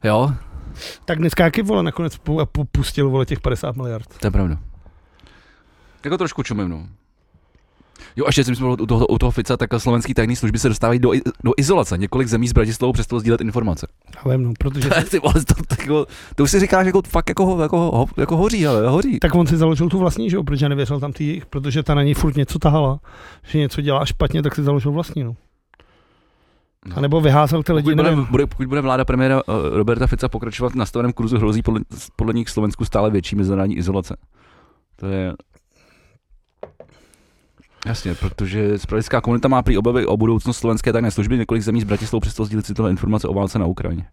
Jo,
Tak dneska jaký vole nakonec pu- pu- pustil vole těch 50 miliard.
to je pravda. Jako trošku čumím, no. Jo, a ještě jsem si mluvil u toho, u toho Fica, tak slovenský tajné služby se dostávají do, i- do izolace. Několik zemí z Bratislavou přestalo sdílet informace.
Ale no, protože...
Ty vole, to, to, to, to, už si říkáš, jako, fakt jako, ho- jako, ho- jako hoří, ale hoří.
Tak on si založil tu vlastní, že jo, protože nevěřil tam ty jejich, protože ta na něj furt něco tahala, že něco dělá špatně, tak si založil vlastní, no.
No.
A nebo vyházel ty lidi,
Pokud bude,
nevím.
bude, pokud bude vláda premiéra eh, Roberta Fica pokračovat v nastaveném kurzu, hrozí podle, podle nich Slovensku stále větší mezinárodní izolace. To je... Jasně, protože spravodajská komunita má prý obavy o budoucnost slovenské tajné služby. Několik zemí z Bratislavy přesto sdílí citové informace o válce na Ukrajině.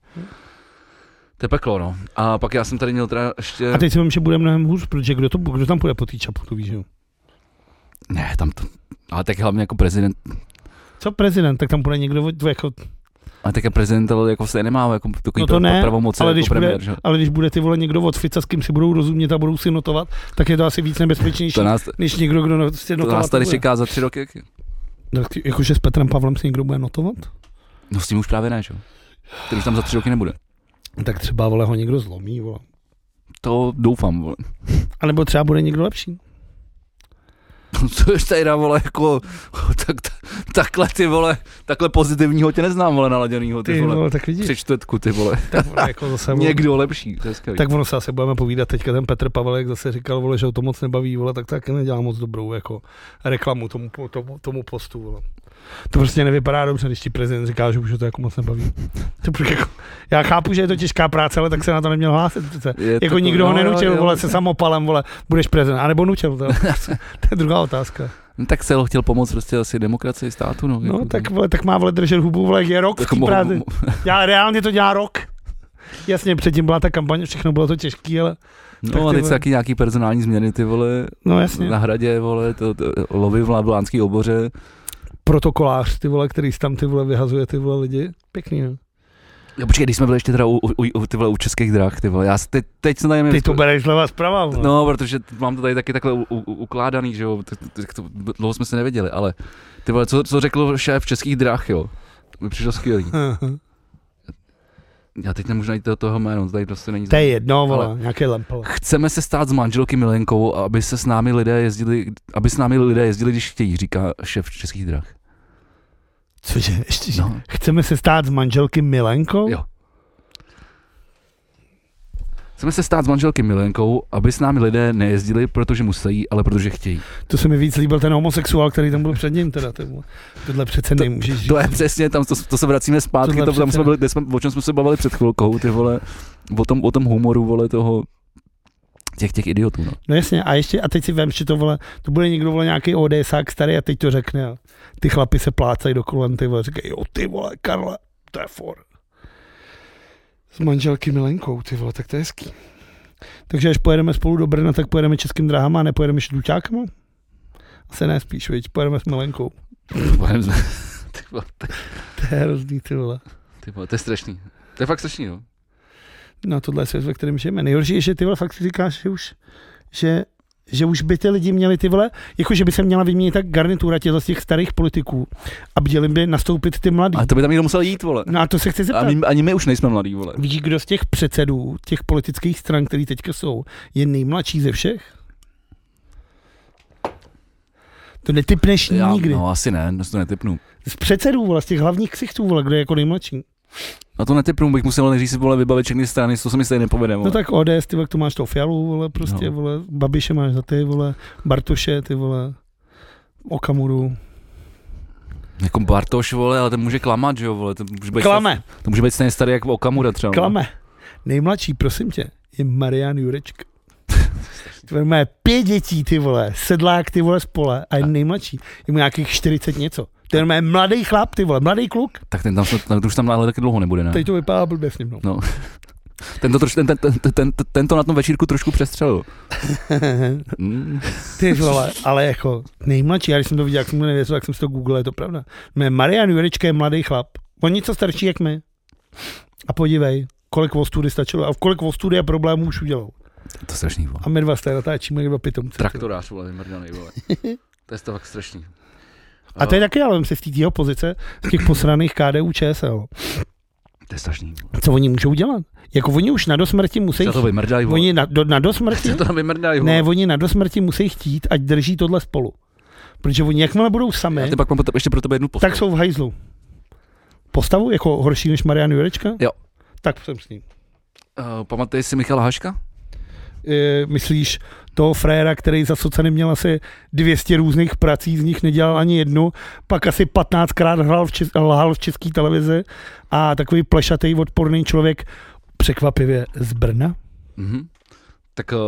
To je peklo, no. A pak já jsem tady měl teda ještě...
A teď si vím, že bude mnohem hůř, protože kdo, to, kdo tam půjde po té čapu, to víš, jo.
Ne, tam to... Ale tak hlavně jako prezident...
Co prezident, tak tam bude někdo, od- jako,
Ale tak prezident ale jako se nemá jako takový
No to
pra-
ne,
pravomoci
ale
jako
když bude-
premiér, že?
ale když bude ty vole někdo od Fica, s kým si budou rozumět a budou si notovat, tak je to asi víc nebezpečnější,
To nás,
než někdo, kdo no- si
to
notovat
nás tady
nebude.
čeká za tři roky.
No, tak ty- Jakože s Petrem Pavlem si někdo bude notovat?
No s tím už právě ne, že? jo. Ten už tam za tři roky nebude.
Tak třeba, vole, ho někdo zlomí, vole.
To doufám, vole.
A nebo třeba bude někdo lepší.
To už tady na, vole, jako, tak, tak- takhle ty vole, takhle pozitivního tě neznám, vole, naladěnýho, ty,
Ty
vole.
vole, tak vidíš,
Při čtvrtku, ty vole.
tak vole, jako zase, vole.
Někdo lepší, to je skvělý.
Tak ono se asi budeme povídat, teďka ten Petr Pavelek zase říkal, vole, že ho to moc nebaví, vole, tak taky nedělá moc dobrou jako reklamu tomu, po- tomu, tomu postu, vole. To prostě nevypadá dobře, když ti prezident říká, že už ho to jako moc nebaví. To prostě jako, já chápu, že je to těžká práce, ale tak se na to neměl hlásit přece.
Je to
Jako
to-
nikdo ho
no, jo,
nenutil,
jo.
vole, se samopalem, vole, budeš prezident, anebo nutil, to, to je druhá otázka.
No, tak se chtěl pomoct prostě asi demokracii státu, no. Jako
No, tak, vole, tak má, vole, držet hubu, vole, je rok v té práci. Já reálně to dělá rok. Jasně, předtím byla ta kampaně, všechno bylo to těžký, ale Tak
no a
ty
teď
vole.
se taky nějaký personální změny, ty vole,
no jasně.
na hradě, vole, to, to lovy v Lablánský oboře.
protokolář, ty vole, který tam ty vole vyhazuje ty vole lidi. Pěkný, no.
No, počkej, když jsme byli ještě teda u, u, u, ty vole, u českých drah, ty vole, já se teď, teď se najím.
Ty to bereš zleva zprava, vole.
No, protože t- mám to tady taky takhle u, u, u- ukládaný, že jo, tak- tak to, dlouho jsme se nevěděli, ale ty vole, co, co řekl šéf českých dráh, jo, mi přišlo skvělý.
Aha.
Já teď nemůžu najít toho, toho jméno, to tady prostě není.
To je jedno, vole,
Ale-
nějaký lempel.
Chceme se stát s manželky Milenkou, aby se s námi lidé jezdili, aby s námi lidé jezdili, když chtějí, říká šéf českých drah.
Cože, ještě, no.
No,
Chceme se stát s manželky Milenkou?
Jo. chceme se stát s manželky Milenkou, aby s námi lidé nejezdili, protože musí, ale protože chtějí.
To se mi víc líbil ten homosexuál, který tam byl před ním teda. Ty vole. Tohle přece
To-
nemůžeš říct.
To je přesně, tam to, to se vracíme zpátky,
Tohle
to, tam
přece
jsme
ne.
byli, kde jsme, o čem jsme se bavili před chvilkou, ty vole, o tom, o tom humoru, vole, toho, těch, těch idiotů, no.
No jasně, a ještě, a teď si vem, že to vole, to bude někdo vole nějaký ODSák starý a teď to řekne. A ty chlapi se plácají do kolem, ty vole, říkají, jo ty vole, Karle, to je for. S manželky Milenkou, ty vole, tak to je hezký. Takže až pojedeme spolu do Brna, tak pojedeme českým drahama a nepojedeme štuťákama? Asi ne spíš, viď, pojedeme s Milenkou.
ty, vole, to-
To je hrozný, ty vole.
ty vole, to je strašný. To je fakt strašný, no.
No tohle je svět, ve kterém žijeme. Nejhorší je, že ty vole fakt si říkáš, že už, že, že už by ty lidi měli ty vole, jako že by se měla vyměnit tak garnitura těch, těch starých politiků a měli by nastoupit ty mladí.
A to by tam někdo musel jít, vole.
No a to se chci
A
zeptat.
my, ani my už nejsme mladí, vole.
Víš, kdo z těch předsedů, těch politických stran, který teďka jsou, je nejmladší ze všech? To netypneš
Já,
nikdy.
no asi ne, no, to netypnu.
Z předsedů, vole, z těch hlavních ksichtů, vole, kdo je jako nejmladší.
Na to netypnu, bych musel nejdřív si, vole, vybavit všechny strany, to se mi stejně nepovede, vole.
No tak ODS, ty vole, to máš to Fialu, vole, prostě,
No.
no. vole, Babiše máš za ty, vole, Bartuše, ty vole, Okamuru.
Jako Bartoš, vole, ale ten může klamat, že jo, vole, to může být,
Klame,
to může být stejně starý jako Okamura třeba.
klame. Nejmladší, prosím tě, je Marian Jurečka. Tvoje má pět dětí, ty vole, sedlák, ty vole, spole a je nejmladší. Je mu nějakých 40 něco. Ten má mladý chlap, ty vole, mladý kluk.
Tak ten tam, snad- ten už tam ale taky dlouho nebude, ne?
Teď to vypadá blbě s ním, no.
Tento, troš, ten, ten, ten, ten, tento na tom večírku trošku přestřelil.
no.
Mm.
Ty vole, ale jako nejmladší, já když jsem to viděl, jak jsem to nevěřil, jak jsem si to googlil, je to pravda. Mé Marian Jurečka je mladý chlap, on něco starší jak my. A podívej, kolik vostudy stačilo a kolik vostudy a problémů už udělal.
To je strašný, vole.
A my dva se tady natáčíme jak dva pitomci.
Traktorář, vole, vymrdanej, vole. To je to fakt strašný.
A to je taky, ale vem si v té jeho pozice z těch posraných KDU ČSL.
To je strašný.
Co oni můžou dělat? Jako oni už na dosmrti musí...
Třeba to vymrdali, vole.
Oni na, do, na dosmrti...
Třeba to vymrdali, vole.
Ne, oni na dosmrti musí chtít, ať drží tohle spolu. Protože oni jakmile budou
A
sami,
ty pak mám pro tebe, ještě pro tebe jednu postavu.
tak jsou v hajzlu. Postavu jako horší než Marian Jurečka?
Jo.
Tak jsem s ním.
Uh, pamatuješ si Michala Haška?
E, myslíš toho fréra, který za socany měl asi 200 různých prací, z nich nedělal ani jednu, pak asi 15krát hrál v čes- lhal v české televizi a takový plešatý, odporný člověk, překvapivě z Brna.
Mhm. Tak uh,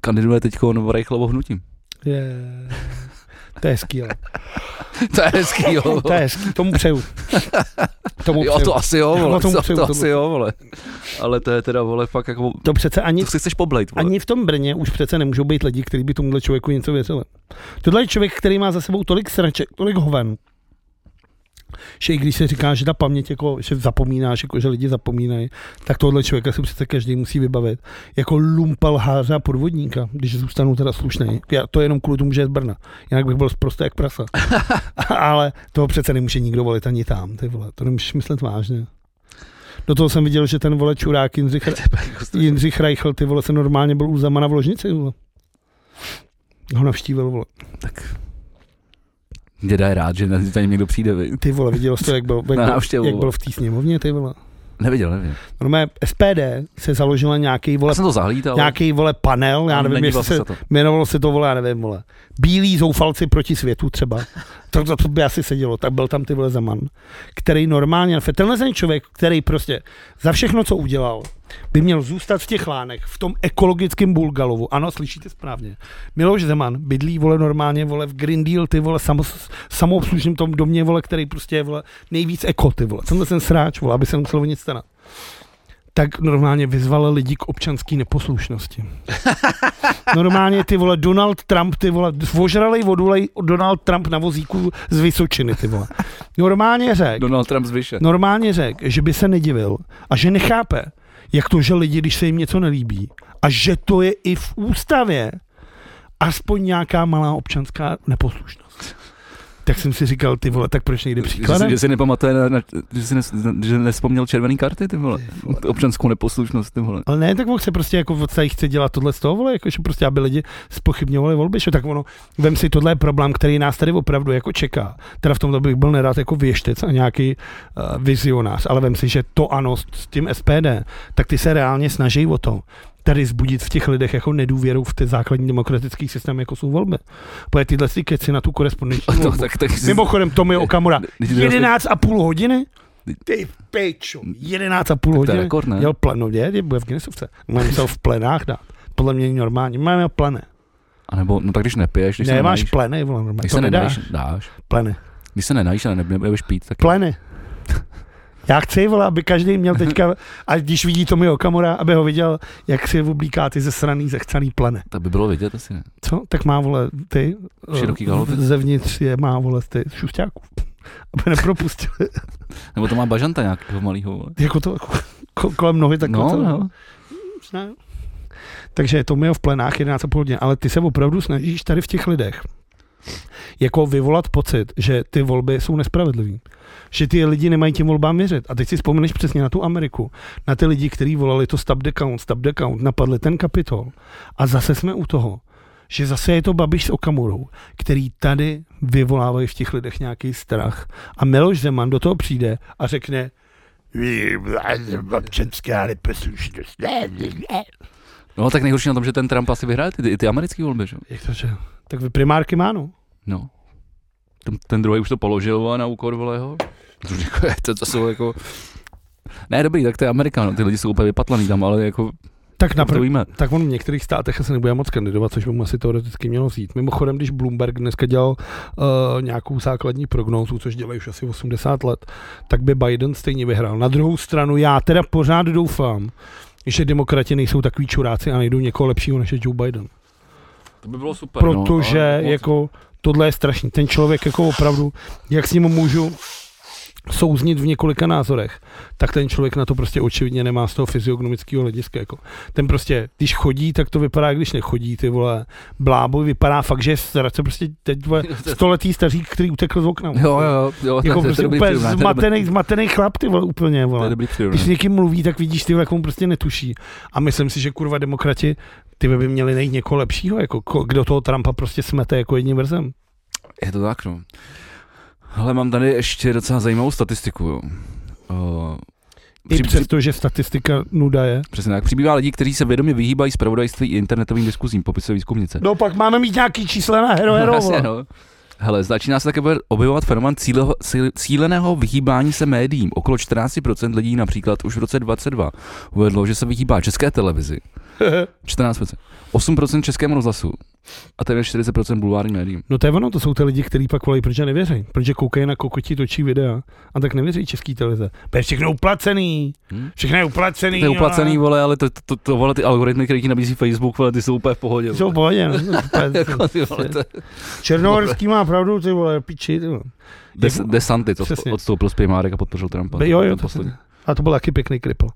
kandiduje teď v Rejchlovo hnutím.
Je... To je hezký, ale.
to je hezký, jo.
To je hezký, tomu přeju. Tomu
Jo,
přeju.
to asi jo, vole,
No, tomu
to,
přeju,
to
tomu
asi jo, vole. Ale to je teda, vole, fakt jako,
to přece ani,
to si chceš poblejt, vole.
ani v tom Brně už přece nemůžou být lidi, kteří by tomuhle člověku něco věřili. Tohle je člověk, který má za sebou tolik sraček, tolik hoven, že i když se říká, že ta paměť, jako, že zapomínáš, jako, že lidi zapomínají, tak tohle člověka si přece každý musí vybavit. Jako lumpa lháře a podvodníka, když zůstanu teda slušný. Já, to je jenom kvůli tomu, že je z Brna. Jinak bych byl prostě jak prasa. Ale toho přece nemůže nikdo volit ani tam. Ty vole. To nemůžeš myslet vážně. Do toho jsem viděl, že ten vole čurák Jindřich,
jako
Jindřich Reichl, ty vole, se normálně byl u Zemana v ložnici, vole. Ho navštívil, vole.
Děda je rád, že na- za ním někdo přijde, vy.
Ty vole, viděl jsi to, jak byl, jak
Na
byl,
návštěvu,
jak
vole.
byl v té sněmovně, ty vole.
Neviděl, nevím.
Normálně SPD se založila nějaký, vole,
Já jsem to zahlídal.
nějaký, vole, panel, já nevím,
nedíval
jestli
jsem
se,
se to.
jmenovalo se to, vole, já nevím, vole. Bílí zoufalci proti světu třeba. To, to, to by asi sedělo, tak byl tam ty vole Zeman, který normálně, tenhle ten člověk, který prostě za všechno, co udělal, by měl zůstat v těch lánech, v tom ekologickém Bulgalovu. Ano, slyšíte správně. Miloš Zeman bydlí, vole, normálně, vole, v Green Deal, ty vole, samo, samoobslužným tom domě, vole, který prostě je, vole, nejvíc eko, ty vole. Tenhle ten sráč, vole, aby se nemuselo o nic starat. Tak normálně vyzval lidi k občanské neposlušnosti. Normálně ty vole, Donald Trump, ty vole, ožralej vodulej Donald Trump na vozíku z Vysočiny, ty vole. Normálně řekl,
Donald Trump zvyše.
normálně řek, že by se nedivil a že nechápe, jak to, že lidi, když se jim něco nelíbí a že to je i v ústavě aspoň nějaká malá občanská neposlušnost. Tak jsem si říkal, ty vole, tak proč nejde
Že si,
příkladem?
že si nepamatuje, na, na, že si nes, že nespomněl červený karty, ty vole. Občanskou neposlušnost, ty vole.
Ale ne, tak on chce prostě jako v tady chce dělat tohle z toho, vole, jako, že prostě aby lidi spochybňovali volby, že tak ono, vem si, tohle je problém, který nás tady opravdu jako čeká. Teda v tomto bych byl nerád jako věštec a nějaký uh, vizionář, ale vem si, že to ano s- s tím SPD, tak ty se reálně snaží o to, tady zbudit v těch lidech jako nedůvěru v ty základní demokratický systém, jako jsou volby. Poje tyhle si keci na tu korespondenční
To,
volbu.
No, tak, tak,
Mimochodem, Tomio Okamura,
Když jde-
11 a půl hodiny? Ty pečo, 11 a půl
to je
hodiny.
rekord, ne?
Jel pleno, je, je, bude v Guinnessovce. Mám musel v plenách dát. Podle mě není normální. Mám měl plene.
A nebo, no tak když nepiješ, když se
Nemáš
nenajíš,
pleny, vole, normálně.
když
To
se
nedáš.
nenajíš, dáš.
Pleny.
Když se nenajíš a ne- nebudeš pít, tak
Pleny. Já chci, vole, aby každý měl teďka, a když vidí Tomi Okamura, aby ho viděl, jak si oblíká ty zesraný, zechcaný plene.
to by bylo vidět asi, ne?
Co? Tak má, vole, ty.
Široký
eh,
kalhoty.
Zevnitř je má, vole, ty šustáků. Aby nepropustil.
Nebo to má bažanta nějakého malého, vole.
jako to, jako, ko- kolem nohy, tak
no, no.
Ne. Takže to mi je v plenách 11,5 hodin, ale ty se opravdu snažíš tady v těch lidech jako vyvolat pocit, že ty volby jsou nespravedlivé. Že ty lidi nemají těm volbám věřit. A teď si vzpomeneš přesně na tu Ameriku. Na ty lidi, kteří volali to stop the count, stop the count, napadli ten kapitol. A zase jsme u toho, že zase je to Babiš s Okamurou, který tady vyvolávají v těch lidech nějaký strach. A Miloš Zeman do toho přijde a řekne občanská neposlušnost. Ne, ne, ne.
no, tak nejhorší na tom, že ten Trump asi vyhraje ty, i ty americké volby, že? jo?
Jak to, že? Tak vy primárky má, no.
No. Ten, ten druhý už to položil vole, na úkor voleho. To, to jsou jako... Ne, dobrý, tak to je Amerika, no, ty lidi jsou úplně vypatlaný tam, ale jako,
Tak, na
to
pr-
víme.
tak on v některých státech asi nebude moc kandidovat, což by mu asi teoreticky mělo vzít. Mimochodem, když Bloomberg dneska dělal uh, nějakou základní prognózu, což dělají už asi 80 let, tak by Biden stejně vyhrál. Na druhou stranu, já teda pořád doufám, že demokrati nejsou takový čuráci a najdou někoho lepšího než je Joe Biden.
To by bylo super, no,
protože jako tohle je strašný. Ten člověk jako opravdu, jak s ním můžu souznit v několika názorech, tak ten člověk na to prostě očividně nemá z toho fyziognomického hlediska. Jako. Ten prostě, když chodí, tak to vypadá, jak když nechodí, ty vole, bláboj, vypadá fakt, že je srdce prostě teď vole, stoletý stařík, který utekl z okna.
Jo, jo,
Jako
jo, to, je- to,
prostě
je dobrý
úplně
přirovnání, to, je dobrý-
zmatený, zmatený chlap, ty vole, úplně,
to je
vole.
dobrý
Když s
přirovnání.
někým mluví, tak vidíš, ty vole, jak on prostě netuší. A myslím si, že kurva demokrati, ty by měli najít někoho lepšího, jako ko- kdo toho Trumpa prostě smete jako jedním vrzem.
Je to tak, no. Ale mám tady ještě docela zajímavou statistiku, jo. Uh,
I přesto, že statistika nuda je.
Přesně tak. Přibývá lidí, kteří se vědomě vyhýbají zpravodajství i internetovým diskuzím, popisuje výzkumnice.
No pak máme mít nějaký čísla na hero hero.
Jasně,
vole.
no. Hele, začíná se také objevovat fenomén cíleho, cíl- cíleného vyhýbání se médiím. Okolo 14% lidí například už v roce 22 uvedlo, že se vyhýbá české televizi. 14%. 8% českému rozhlasu. A téměř 40% bulvární médiím.
No to je ono, to jsou ty lidi, kteří pak volají, protože nevěří, protože koukají na kokoti, točí videa a tak nevěří český televize. To je všechno uplacený,
Hm?
všechno je uplacený.
To je
vole.
uplacený, vole, ale to, to, to, to vole, ty algoritmy, které ti nabízí Facebook, vole, ty jsou úplně v pohodě.
Jsou v
vole.
pohodě, no.
Jako, ty vole, to je-
Černohorský má pravdu, ty vole, piči, ty vole.
Des, Desanty, to
Přesně.
odstoupil z primárek a podpořil Trumpa.
Be- jo, jo,
Ten
to
poslední.
A to byl taky pěkný kripl.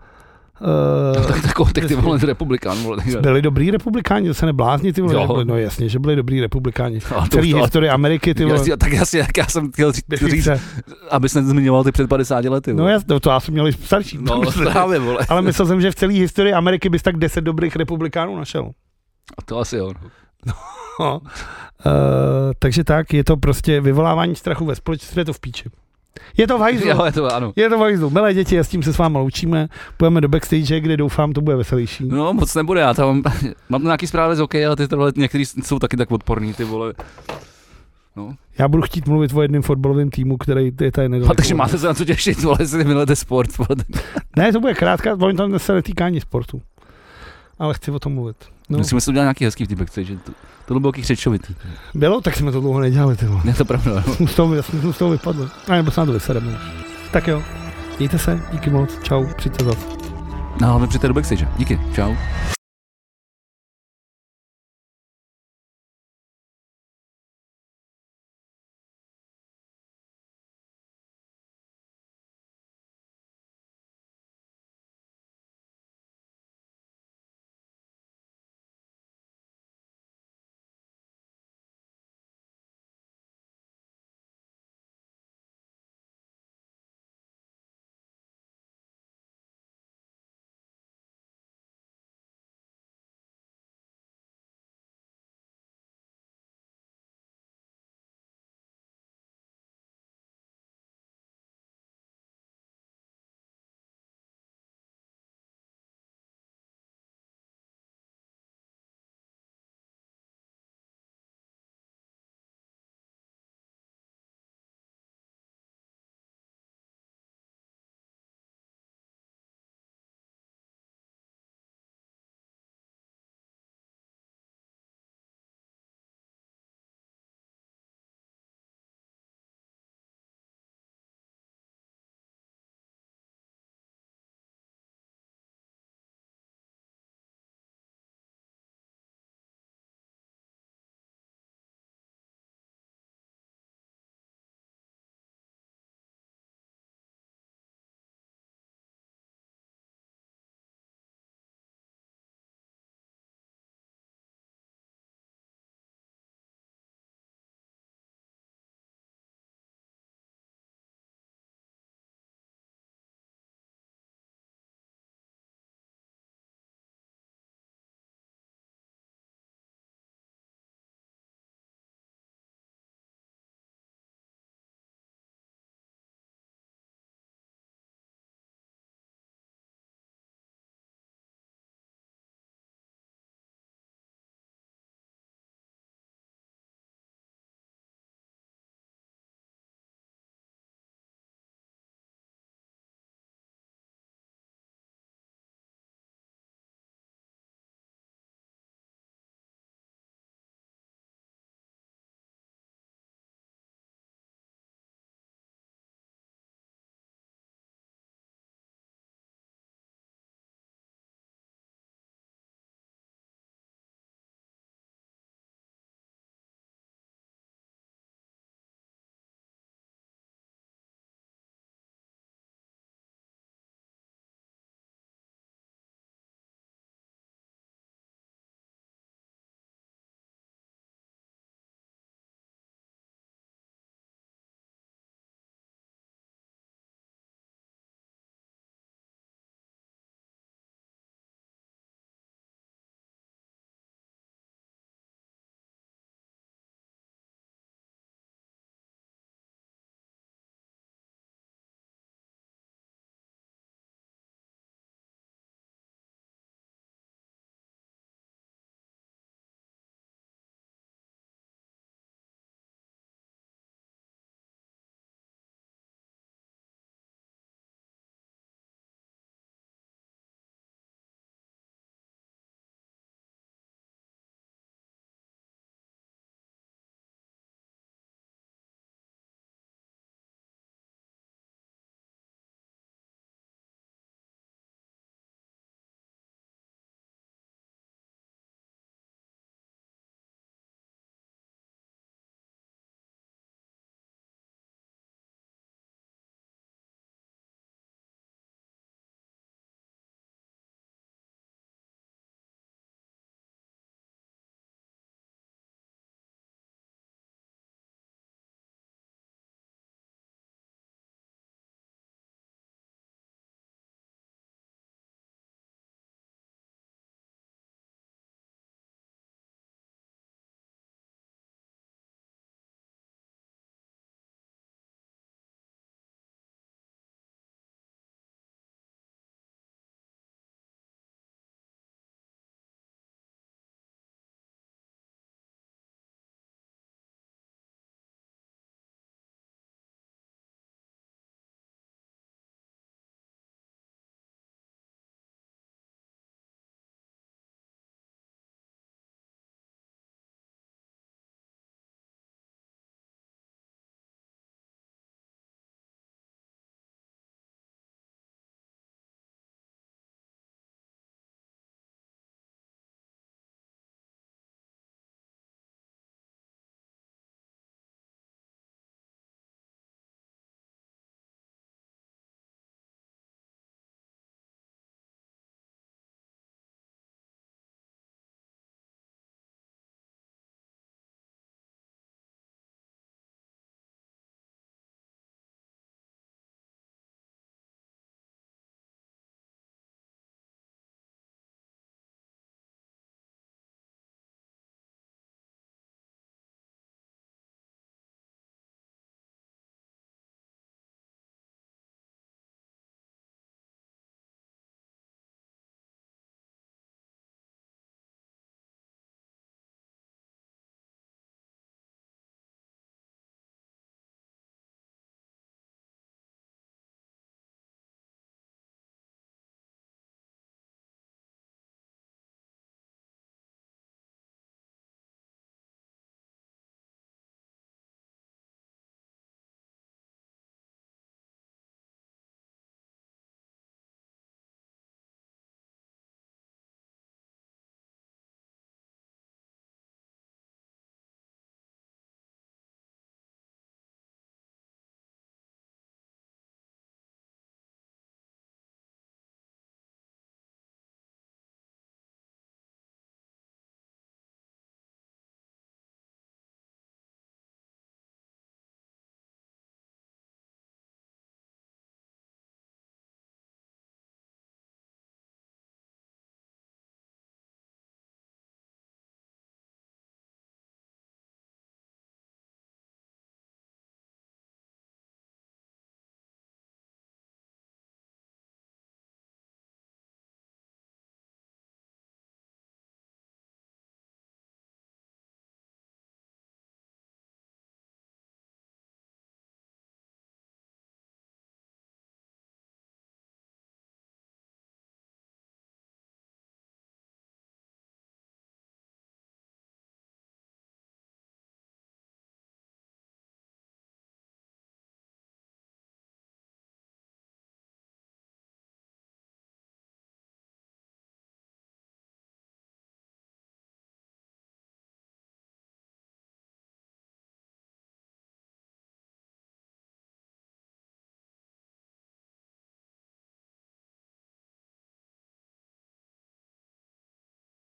Uh,
Tak, tak, tak ty
Přesně.
vole republikán, vole. tak-
byli dobrý republikáni, to se neblázni, ty vole.
Jo.
nebyli- No jasně, že byli dobrý republikáni.
A to-
Celý
to-
historie Ameriky, ty vole.
Jasně, tak jasně, tak já jsem chtěl říct, říct
Defice.
abys nezmiňoval ty před 50 lety.
No
vole.
jasně, no to já jsem měl i starší.
no právě, vole.
Ale myslel jsem, že v celé historii Ameriky bys tak 10 dobrých republikánů našel.
A to asi jo. no.
No. Uh, takže tak, je to prostě vyvolávání strachu ve společnosti, je to v píči. Je to v hajzlu.
Jo, je to ano.
Je to v hajzlu. Milé děti, a s tím se s váma loučíme. Půjdeme do backstage, kde doufám, to bude veselější.
No, moc nebude, já tam mám, mám nějaký zprávy z hokeje, ale ty tohle, některý jsou taky tak odporný, ty vole.
Já budu chtít mluvit o jedném fotbalovém týmu, který je tady
A
nedaleko.
takže máte se na co těšit, vole, jestli milujete sport, vole.
Ne, to bude krátká, on tam se netýká ani sportu. Ale chci o tom mluvit. No.
No. Musíme si udělat nějaký hezký vtipek, že to, tohle bylo taky křečovitý.
Bylo, tak jsme to dlouho nedělali, ty vole.
Ne, to pravda, no.
Jsem z toho, já jsem z toho vypadl. A nebo se na to vysedeme už. Tak jo, mějte se, díky moc, čau, přijďte zase.
No, ale přijďte do backstage. Díky, čau.